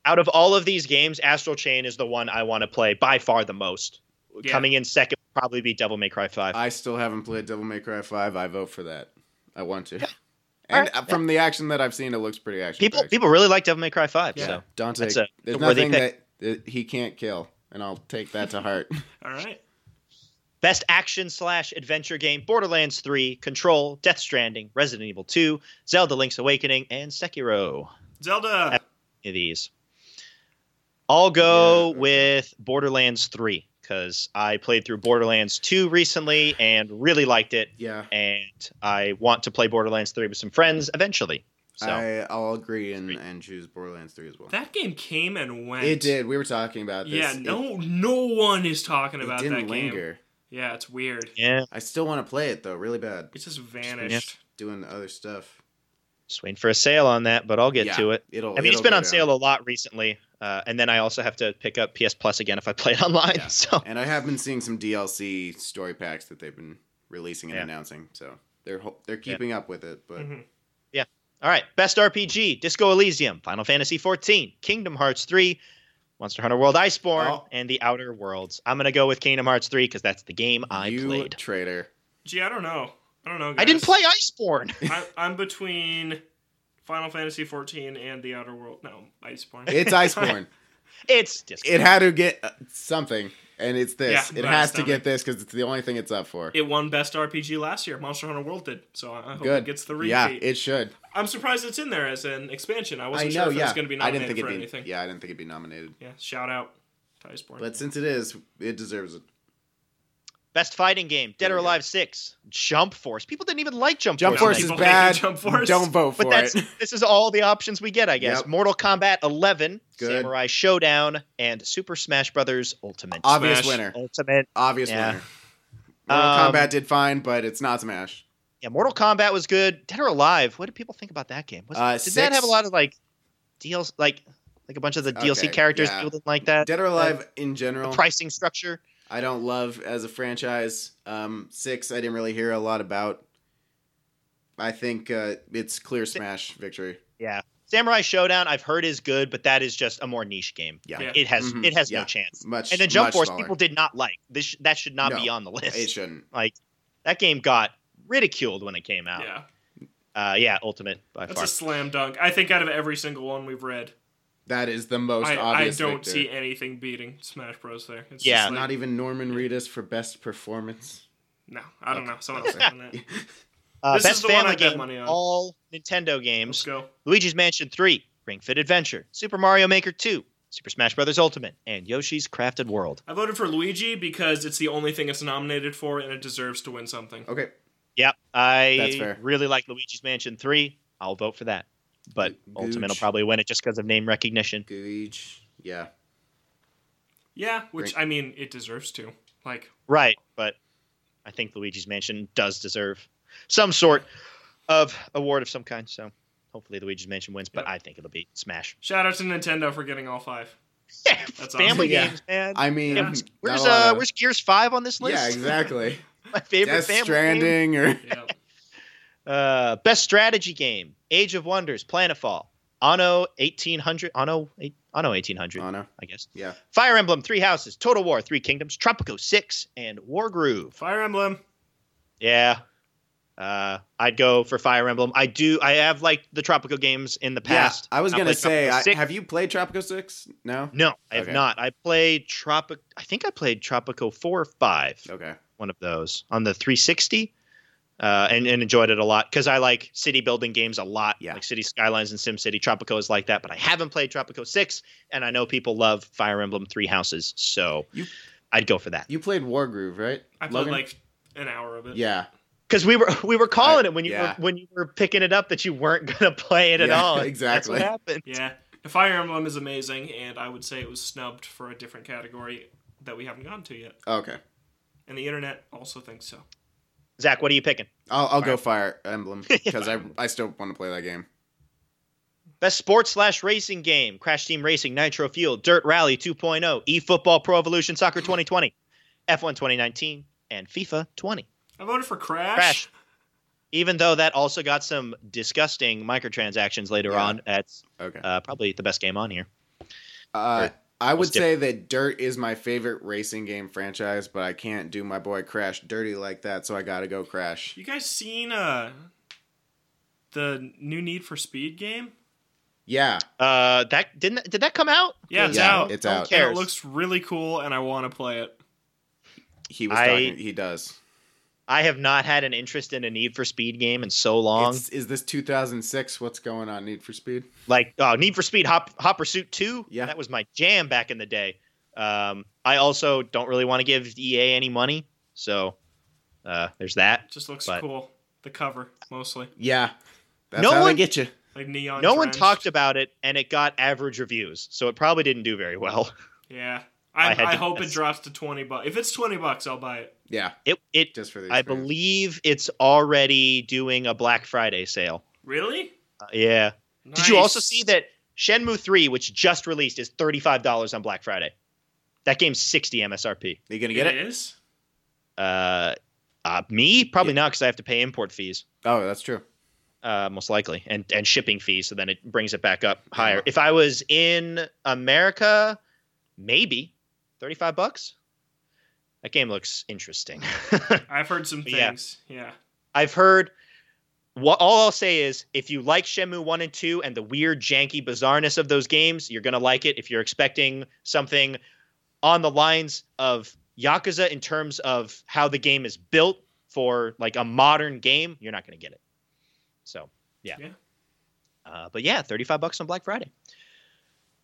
Out of all of these games, Astral Chain is the one I want to play by far the most. Yeah. Coming in second would probably be Devil May Cry 5. I still haven't played Devil May Cry Five. I vote for that. I want to. All And right. uh, from the action that I've seen, it looks pretty action. people people really like Devil May Cry 5, Yeah. so Dante, that's a- there's a worthy nothing that, that uh, he can't kill, and I'll take that to heart. All right. Best action slash adventure game: Borderlands 3, Control, Death Stranding, Resident Evil 2, Zelda: Link's Awakening, and Sekiro. Zelda. of these. I'll go Yeah, okay. with Borderlands 3 because I played through Borderlands 2 recently and really liked it. yeah, And I want to play Borderlands 3 with some friends eventually. So, I, I'll agree and, Three. and choose Borderlands Three as well. That game came and went. it did. We were talking about this. Yeah, It- no, no one is talking it, about didn't that game. linger. Yeah, it's weird. yeah, I still want to play it though, really bad. It just vanished. Doing other stuff. just waiting for a sale on that, but I'll get Yeah, to it. It'll. I mean, it's it'll been go on down. sale a lot recently. Uh, and then I also have to pick up PS Plus again if I play it online. Yeah. So, And I have been seeing some DLC story packs that they've been releasing and Yeah. announcing. So they're ho- they're keeping up with it, but Mm-hmm. Mhm. all right. Best RPG Disco Elysium, Final Fantasy 14, Kingdom Hearts 3, Monster Hunter World Iceborne, Oh. and The Outer Worlds. I'm going to go with Kingdom Hearts 3 because that's the game I you played. traitor. Gee, I don't know. I don't know. I didn't guys. play Iceborne. I, I'm between Final Fantasy 14 and The Outer World. No, Iceborne. It's Iceborne. It's Disco. it had to get uh, something, and it's this. Yeah, it but has it's to not get this because it's the only thing it's up for. It won Best RPG last year. Monster Hunter World did. So I I hope Good. it gets the repeat. Yeah, it should. I'm surprised it's in there as an expansion. I I wasn't know. sure if yeah, it was going to be I nominated didn't think for it'd be. anything. Yeah, I didn't think it'd be nominated. Yeah, shout out to Iceborne. But since it is, it deserves it. Best fighting game Dead There or we go. Alive 6, Jump Force. People didn't even like Jump, Jump Force. Force is people bad. hate Jump Force. Don't vote for But that's it. this is all the options we get, I guess. Yep. Mortal Kombat 11, Good. Samurai Showdown, and Super Smash Brothers Ultimate. Obvious Smash. winner. Ultimate. Obvious Yeah. winner. Mortal Um, Kombat did fine, but it's not Smash. Yeah, Mortal Kombat was good. Dead or Alive. What did people think about that game? Was, Uh, did that six. have a lot of like deals, like like a bunch of the DLC Okay, characters yeah. people didn't like that? Dead or Alive in the general, pricing structure. I don't love as a franchise. Um, six, I didn't really hear a lot about. I think uh, it's clear Smash victory. Yeah, Samurai Showdown. I've heard is good, but that is just a more niche game. Yeah, Yeah. It has Mhm, it has yeah. no chance. much. And then Jump much Force, smaller. people did not like this. sh- That should not No, be on the list. It shouldn't. Like that game got ridiculed when it came out. Yeah, uh, yeah Ultimate by that's far. a slam dunk. I think out of every single one we've read, That is the most I, I obvious. don't victor. see anything beating Smash Bros. There. It's Yeah. just like, e- Not even Norman Reedus for best performance. No, I don't know. Someone else Okay. on that. Uh, This is best the one family I bet game money on. all Nintendo Let's games: go. Luigi's Mansion 3, Ring Fit Adventure, Super Mario Maker 2, Super Smash Bros. Ultimate, and Yoshi's Crafted World. I voted for Luigi because it's the only thing it's nominated for, and it deserves to win something. Okay. Yep, I That's fair. really like Luigi's Mansion 3. I'll vote for that, but Gooch. Ultimate will probably win it just because of name recognition. Gooch. Yeah. Yeah, which I mean, it deserves to. Like, Right, but I think Luigi's Mansion does deserve some sort of award of some kind. So hopefully Luigi's Mansion wins, but Yep. I think it'll be Smash. shout out to Nintendo for getting all five. awesome. Family Yeah. games, man. I mean, Yeah. not where's a lot uh, of- where's Gears Five on this list? yeah, exactly. My favorite Death family game. Stranding or Yeah. Uh, best strategy game: Age of Wonders, Planetfall, Anno 1800, Anno eight, Anno 1800, Anna. I guess. Uh, Yeah. Fire Emblem, Three Houses, Total War, Three Kingdoms, Tropico Six, and War Groove. Fire Emblem. Yeah. Uh, I'd go for Fire Emblem. I do. I have liked the Tropico games in the past. Yeah, I was Not gonna played say, Tropico I, Six. have you played Tropico Six? No. no, I have Okay. not. I played Tropic. I think I played Tropico four or five, Okay. one of those on the 360, uh, and, and enjoyed it a lot because I like city building games a lot. Yeah. like City Skylines and Sim City. Tropico is like that, but I haven't played Tropico six, and I know people love Fire Emblem Three Houses, so You- I'd go for that. You played War Groove, right? I played Logan? like an hour of it. Yeah. because we were we were calling it when you yeah. were, when you were picking it up that you weren't gonna play it at Yeah, all. exactly. That's what happened. Yeah. Fire Emblem is amazing, and I would say it was snubbed for a different category that we haven't gotten to yet. Okay. And the internet also thinks so. Zach, what are you picking? I'll, I'll Fire- go Fire Emblem because I I still want to play that game. Best sports slash racing game: Crash Team Racing, Nitro Fuel, Dirt Rally 2.0, eFootball Pro Evolution Soccer 2020, F1 2019, and FIFA 20. I voted for Crash. Crash. Even though that also got some disgusting microtransactions later Yeah. on, that's Okay. uh, probably the best game on here. Uh, I Let's would dip. say that Dirt is my favorite racing game franchise, but I can't do my boy Crash dirty like that, so I gotta go Crash. You guys seen uh the new Need for Speed game? Yeah, Uh, that didn't did that come out? Yeah, it's Yeah, out. it's Don't out. care. And it looks really cool, and I want to play it. he was I- talking. He does. I have not had an interest in a Need for Speed game in so long. It's, is this 2006? What's going on? Need for Speed. like uh, Need for Speed Hop Hot Pursuit Two. Yeah. that was my jam back in the day. Um, I also don't really want to give EA any money, so uh, there's that. Just looks But- cool. The cover mostly Yeah, that's No how one- they get you. like neon. No one drenched. talked about it, and it got average reviews, so it probably didn't do very well. Yeah, I, I had I, to- hope it drops to twenty bucks. If it's twenty bucks, I'll buy it. Yeah, It it just for the. I experience. believe it's already doing a Black Friday sale. Really? Uh, yeah. Did you Nice. also see that Shenmue Three, which just released, is thirty five dollars on Black Friday? That game's sixty MSRP. Are you gonna It get it? is. Uh, uh, me probably not because I have to pay import fees. Oh, that's true. uh, most likely, and and shipping fees. So then it brings it back up higher. If I was in America, maybe thirty five bucks. That game looks interesting. I've heard some But yeah. things. Yeah. I've heard. What all I'll say is, if you like Shenmue one and two and the weird, janky bizarreness of those games, you're gonna like it. If you're expecting something on the lines of Yakuza in terms of how the game is built for like a modern game, you're not gonna get it. So yeah. Yeah. Uh, but yeah, 35 bucks on Black Friday.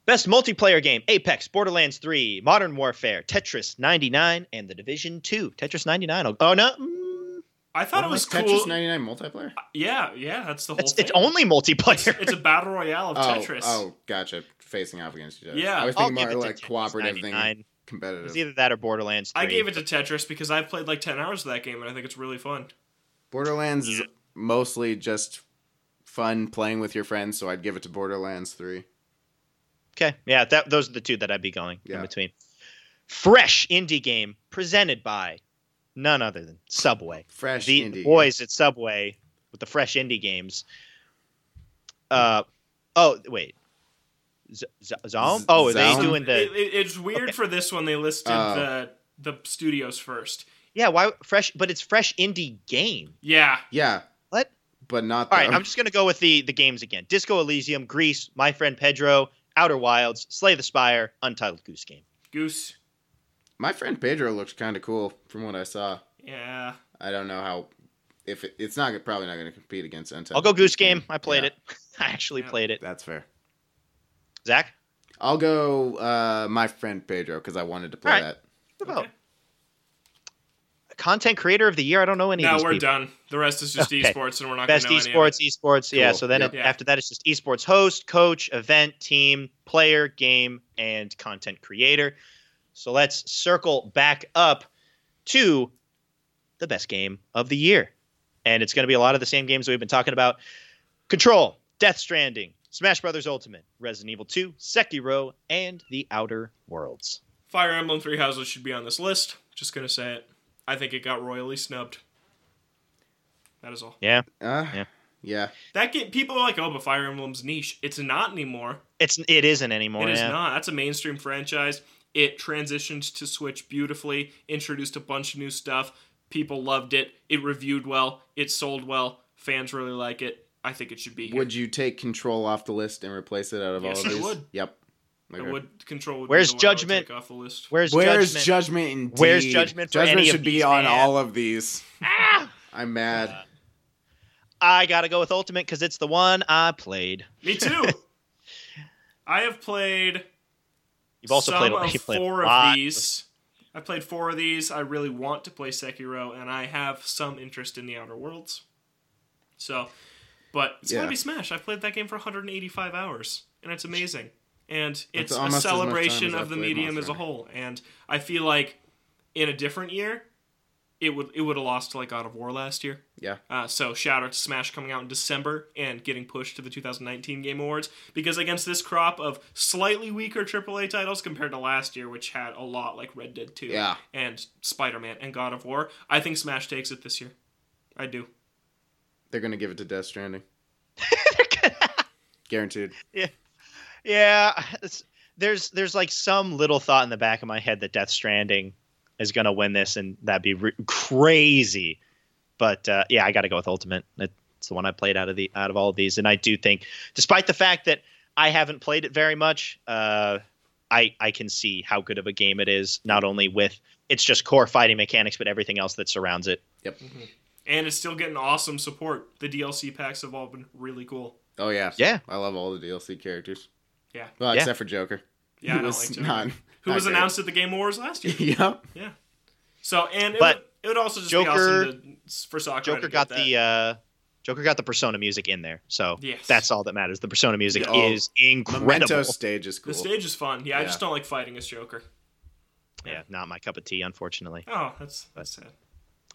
Best multiplayer game: Apex, Borderlands 3, Modern Warfare, Tetris 99, and The Division 2. Tetris 99. Oh no, mm, I thought it Wasn't was Tetris cool. 99 multiplayer. Yeah, yeah, that's the whole it's, thing. it's only it's, multiplayer. it's a battle royale of Oh, Tetris. oh, gotcha. Facing off against each other. Yeah. I was I'll thinking give more it to like Tetris cooperative thing, 99. It competitive. was either that or Borderlands 3. I gave it to Tetris because I've played like ten hours of that game, and I think it's really fun. Borderlands is Yeah. mostly just fun playing with your friends, so I'd give it to Borderlands 3. Okay, yeah, that those are the two that I'd be going in Yeah. between. Fresh indie game presented by none other than Subway. Fresh the, indie. the boys at Subway with the fresh indie games. Uh, oh wait, Z- Z- Zom? Z- oh, are they Zom? doing the It, it- it's weird Okay. for this one. They listed Oh. the the studios first. yeah? Why fresh? But it's fresh indie game. Yeah, Yeah, What? but not All right, them. I'm just gonna go with the the games again. Disco Elysium, Grease, My Friend Pedro, Outer Wilds, Slay the Spire, Untitled Goose Game. Goose. My friend Pedro looks kind of cool from what I saw. Yeah, I don't know how if it, it's not probably not going to compete against Untitled. I'll go Goose Game. I played Yeah. it. I actually Yeah. played it. That's fair. Zach, I'll go uh, my friend Pedro because I wanted to play All right. that. what Okay. about content creator of the year? I don't know any. of Now these we're people. done. The rest is just Okay. esports, and we're not Best gonna know esports, esports. Yeah. Cool. So then Yep. it- Yeah. after that, it's just esports host, coach, event, team, player, game, and content creator. So let's circle back up to the best game of the year. And it's going to be a lot of the same games that we've been talking about Control, Death Stranding, Smash Brothers Ultimate, Resident Evil 2, Sekiro, and The Outer Worlds. Any Fire Emblem Three Houses should be on this list. Just gonna say it. I think it got royally snubbed. That is all. Uh, Yeah. yeah. That game, people are like, oh, but Fire Emblem's niche. It's not anymore. It's It isn't anymore. It is yeah. not. That's a mainstream franchise. It transitioned to Switch beautifully, introduced a bunch of new stuff. People loved it. It reviewed well. It sold well. Fans really like it. I think it should be. Here. Would you take control off the list and replace it out of Yes, all of I these? would. Yep. I Okay. would control. Would Where's be the one I would Judgment? take off the list. Where's, Where's Judgment? judgment? Indeed. Where's Judgment for Judgment any of should be these, on man? all of these. Ah! I'm mad. I got to go with Ultimate because it's the one I played. Me too. I have played. You've also some played, of you played four a lot. of these. I played four of these. I really want to play Sekiro, and I have some interest in the Outer Worlds. So, but it's Yeah. gonna be Smash. I played that game for 185 hours, and it's amazing. And it's a almost as much time as celebration I of the played medium Monster as a Hunter. whole. And I feel like in a different year, it would it would have lost to like God of War last year. Yeah. Uh, so shout out to Smash coming out in December and getting pushed to the 2019 Game Awards because against this crop of slightly weaker AAA titles compared to last year, which had a lot like Red Dead 2 Yeah. and Spider Man and God of War, I think Smash takes it this year. I do. They're gonna give it to Death Stranding. Guaranteed. Yeah, it's- there's there's like some little thought in the back of my head that Death Stranding is gonna win this, and that'd be re- crazy. But uh, yeah, I got to go with Ultimate. It's the one I played out of the out of all of these, and I do think, despite the fact that I haven't played it very much, uh, I I can see how good of a game it is. Not only with it's just core fighting mechanics, but everything else that surrounds it. Mm-hmm. And it's still getting awesome support. The DLC packs have all been really cool. Oh yeah. Yeah. I love all the DLC characters. Yeah. Well, Yeah. except for Joker. Yeah, I Who don't was like Joker. not- Who not was great. announced at the Game Awards last year? yep. So and it, But would, it would also just be Joker- awesome to, for Sakurai. to Joker get got that. the uh, Joker got the Persona music in there, so Yes. that's all that matters. The Persona music Yeah. Oh, is incredible. Memento stage is cool. The stage is fun. Yeah, I Yeah. just don't like fighting as Joker. yeah, not my cup of tea, unfortunately. Oh, that's that's sad.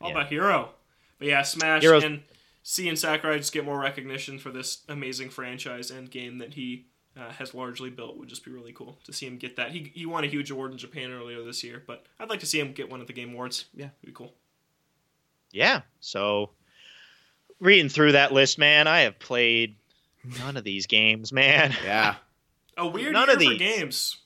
All Yeah. about Hero. But yeah, Smash Hero's- and C and Sakurai just get more recognition for this amazing franchise and game that he uh, has largely built. Would just be really cool to see him get that. He he won a huge award in Japan earlier this year, but I'd like to see him get one at the Game Awards. Yeah. It'd be cool. Yeah, so reading through that list, man, I have played none of these games, man. Yeah. A weird None year of for these. games.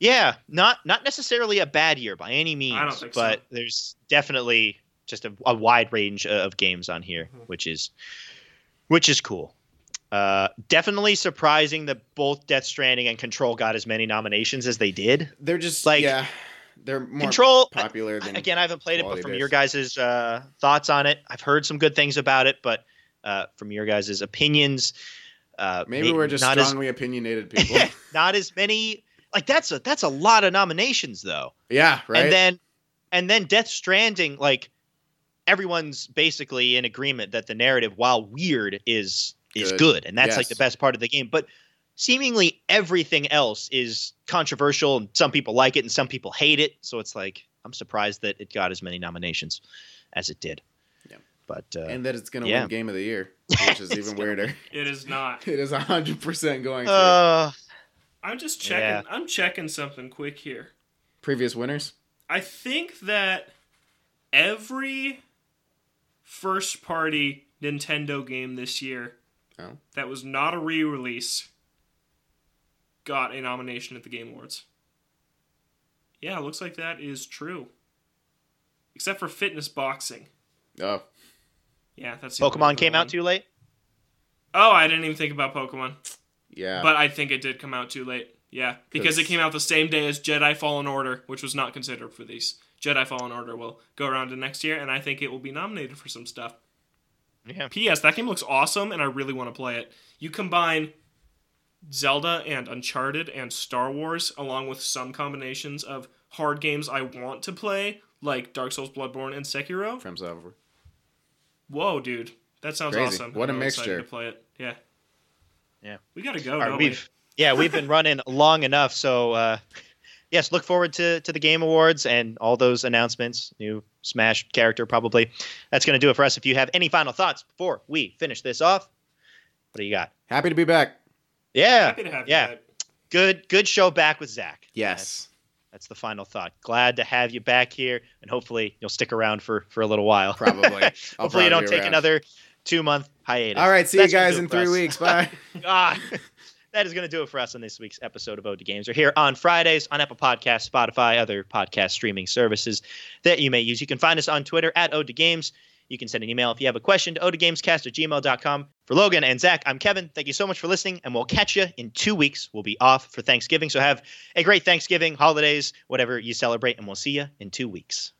Yeah, not not necessarily a bad year by any means, I don't think so. but there's definitely just a, a wide range of games on here, Mm-hmm. which is which is cool. Uh, definitely surprising that both Death Stranding and Control got as many nominations as they did. They're just like Like- yeah. They're more Control popular than again i haven't played it but quality from base. your guys' uh, thoughts on it i've heard some good things about it but uh, from your guys' opinions uh, Maybe may- we're just not strongly opinionated people. as not as many like that's a that's a lot of nominations though yeah. Right. and then and then death stranding like everyone's basically in agreement that the narrative while weird is is Good. good, and that's like Yes. the best part of the game but seemingly everything else is controversial and some people like it and some people hate it so it's like i'm surprised that it got as many nominations as it did Yeah. but uh, and that it's gonna Yeah. win Game of the Year, which is even weirder. It is not. It is hundred percent going to uh, I'm just checking. Yeah. I'm checking something quick here. previous winners. I think that every first party Nintendo game this year Oh. that was not a re release got a nomination at the Game Awards. Yeah, looks like that is true. Except for Fitness Boxing. Oh. Yeah, that's the only pokemon other came one. out too late Oh, I didn't even think about Pokemon, Yeah. but I think it did come out too late. Yeah, because it 'Cause- came out the same day as Jedi Fallen Order, which was not considered for these. Jedi Fallen Order will go around to next year, and I think it will be nominated for some stuff. Yeah. P.S. That game looks awesome, and I really want to play it. You combine Zelda and Uncharted and Star Wars, along with some combinations of hard games I want to play, like Dark Souls, Bloodborne, and Sekiro. From Software. Whoa, dude, that sounds Crazy. awesome! What a I'm really excited mixture. to play it. Yeah, Yeah. We gotta go. All right, don't we've yeah, we've been running long enough. So uh, yes, look forward to to the Game Awards and all those announcements. New Smash character probably. That's gonna do it for us. If you have any final thoughts before we finish this off, what do you got? Happy to be back. we? Yeah, Happy to have yeah. you. Ed. good good show back with Zach. Yes. That's the final thought. Glad to have you back here, and hopefully you'll stick around for for a little while. Probably. I'll hopefully probably you don't be take around. another two month hiatus. All right. See That's you gonna guys do it in for three us. weeks. Bye. Ah, that is going to do it for us on this week's episode of Ode to Games. We're here on Fridays on Apple Podcasts, Spotify, other podcast streaming services that you may use. You can find us on Twitter at Ode to Games. You can send an email if you have a question to odegamescast at gmail.com. For Logan and Zach, I'm Kevin. Thank you so much for listening, and we'll catch you in two weeks. We'll be off for Thanksgiving, so have a great Thanksgiving, holidays, whatever you celebrate, and we'll see you in two weeks.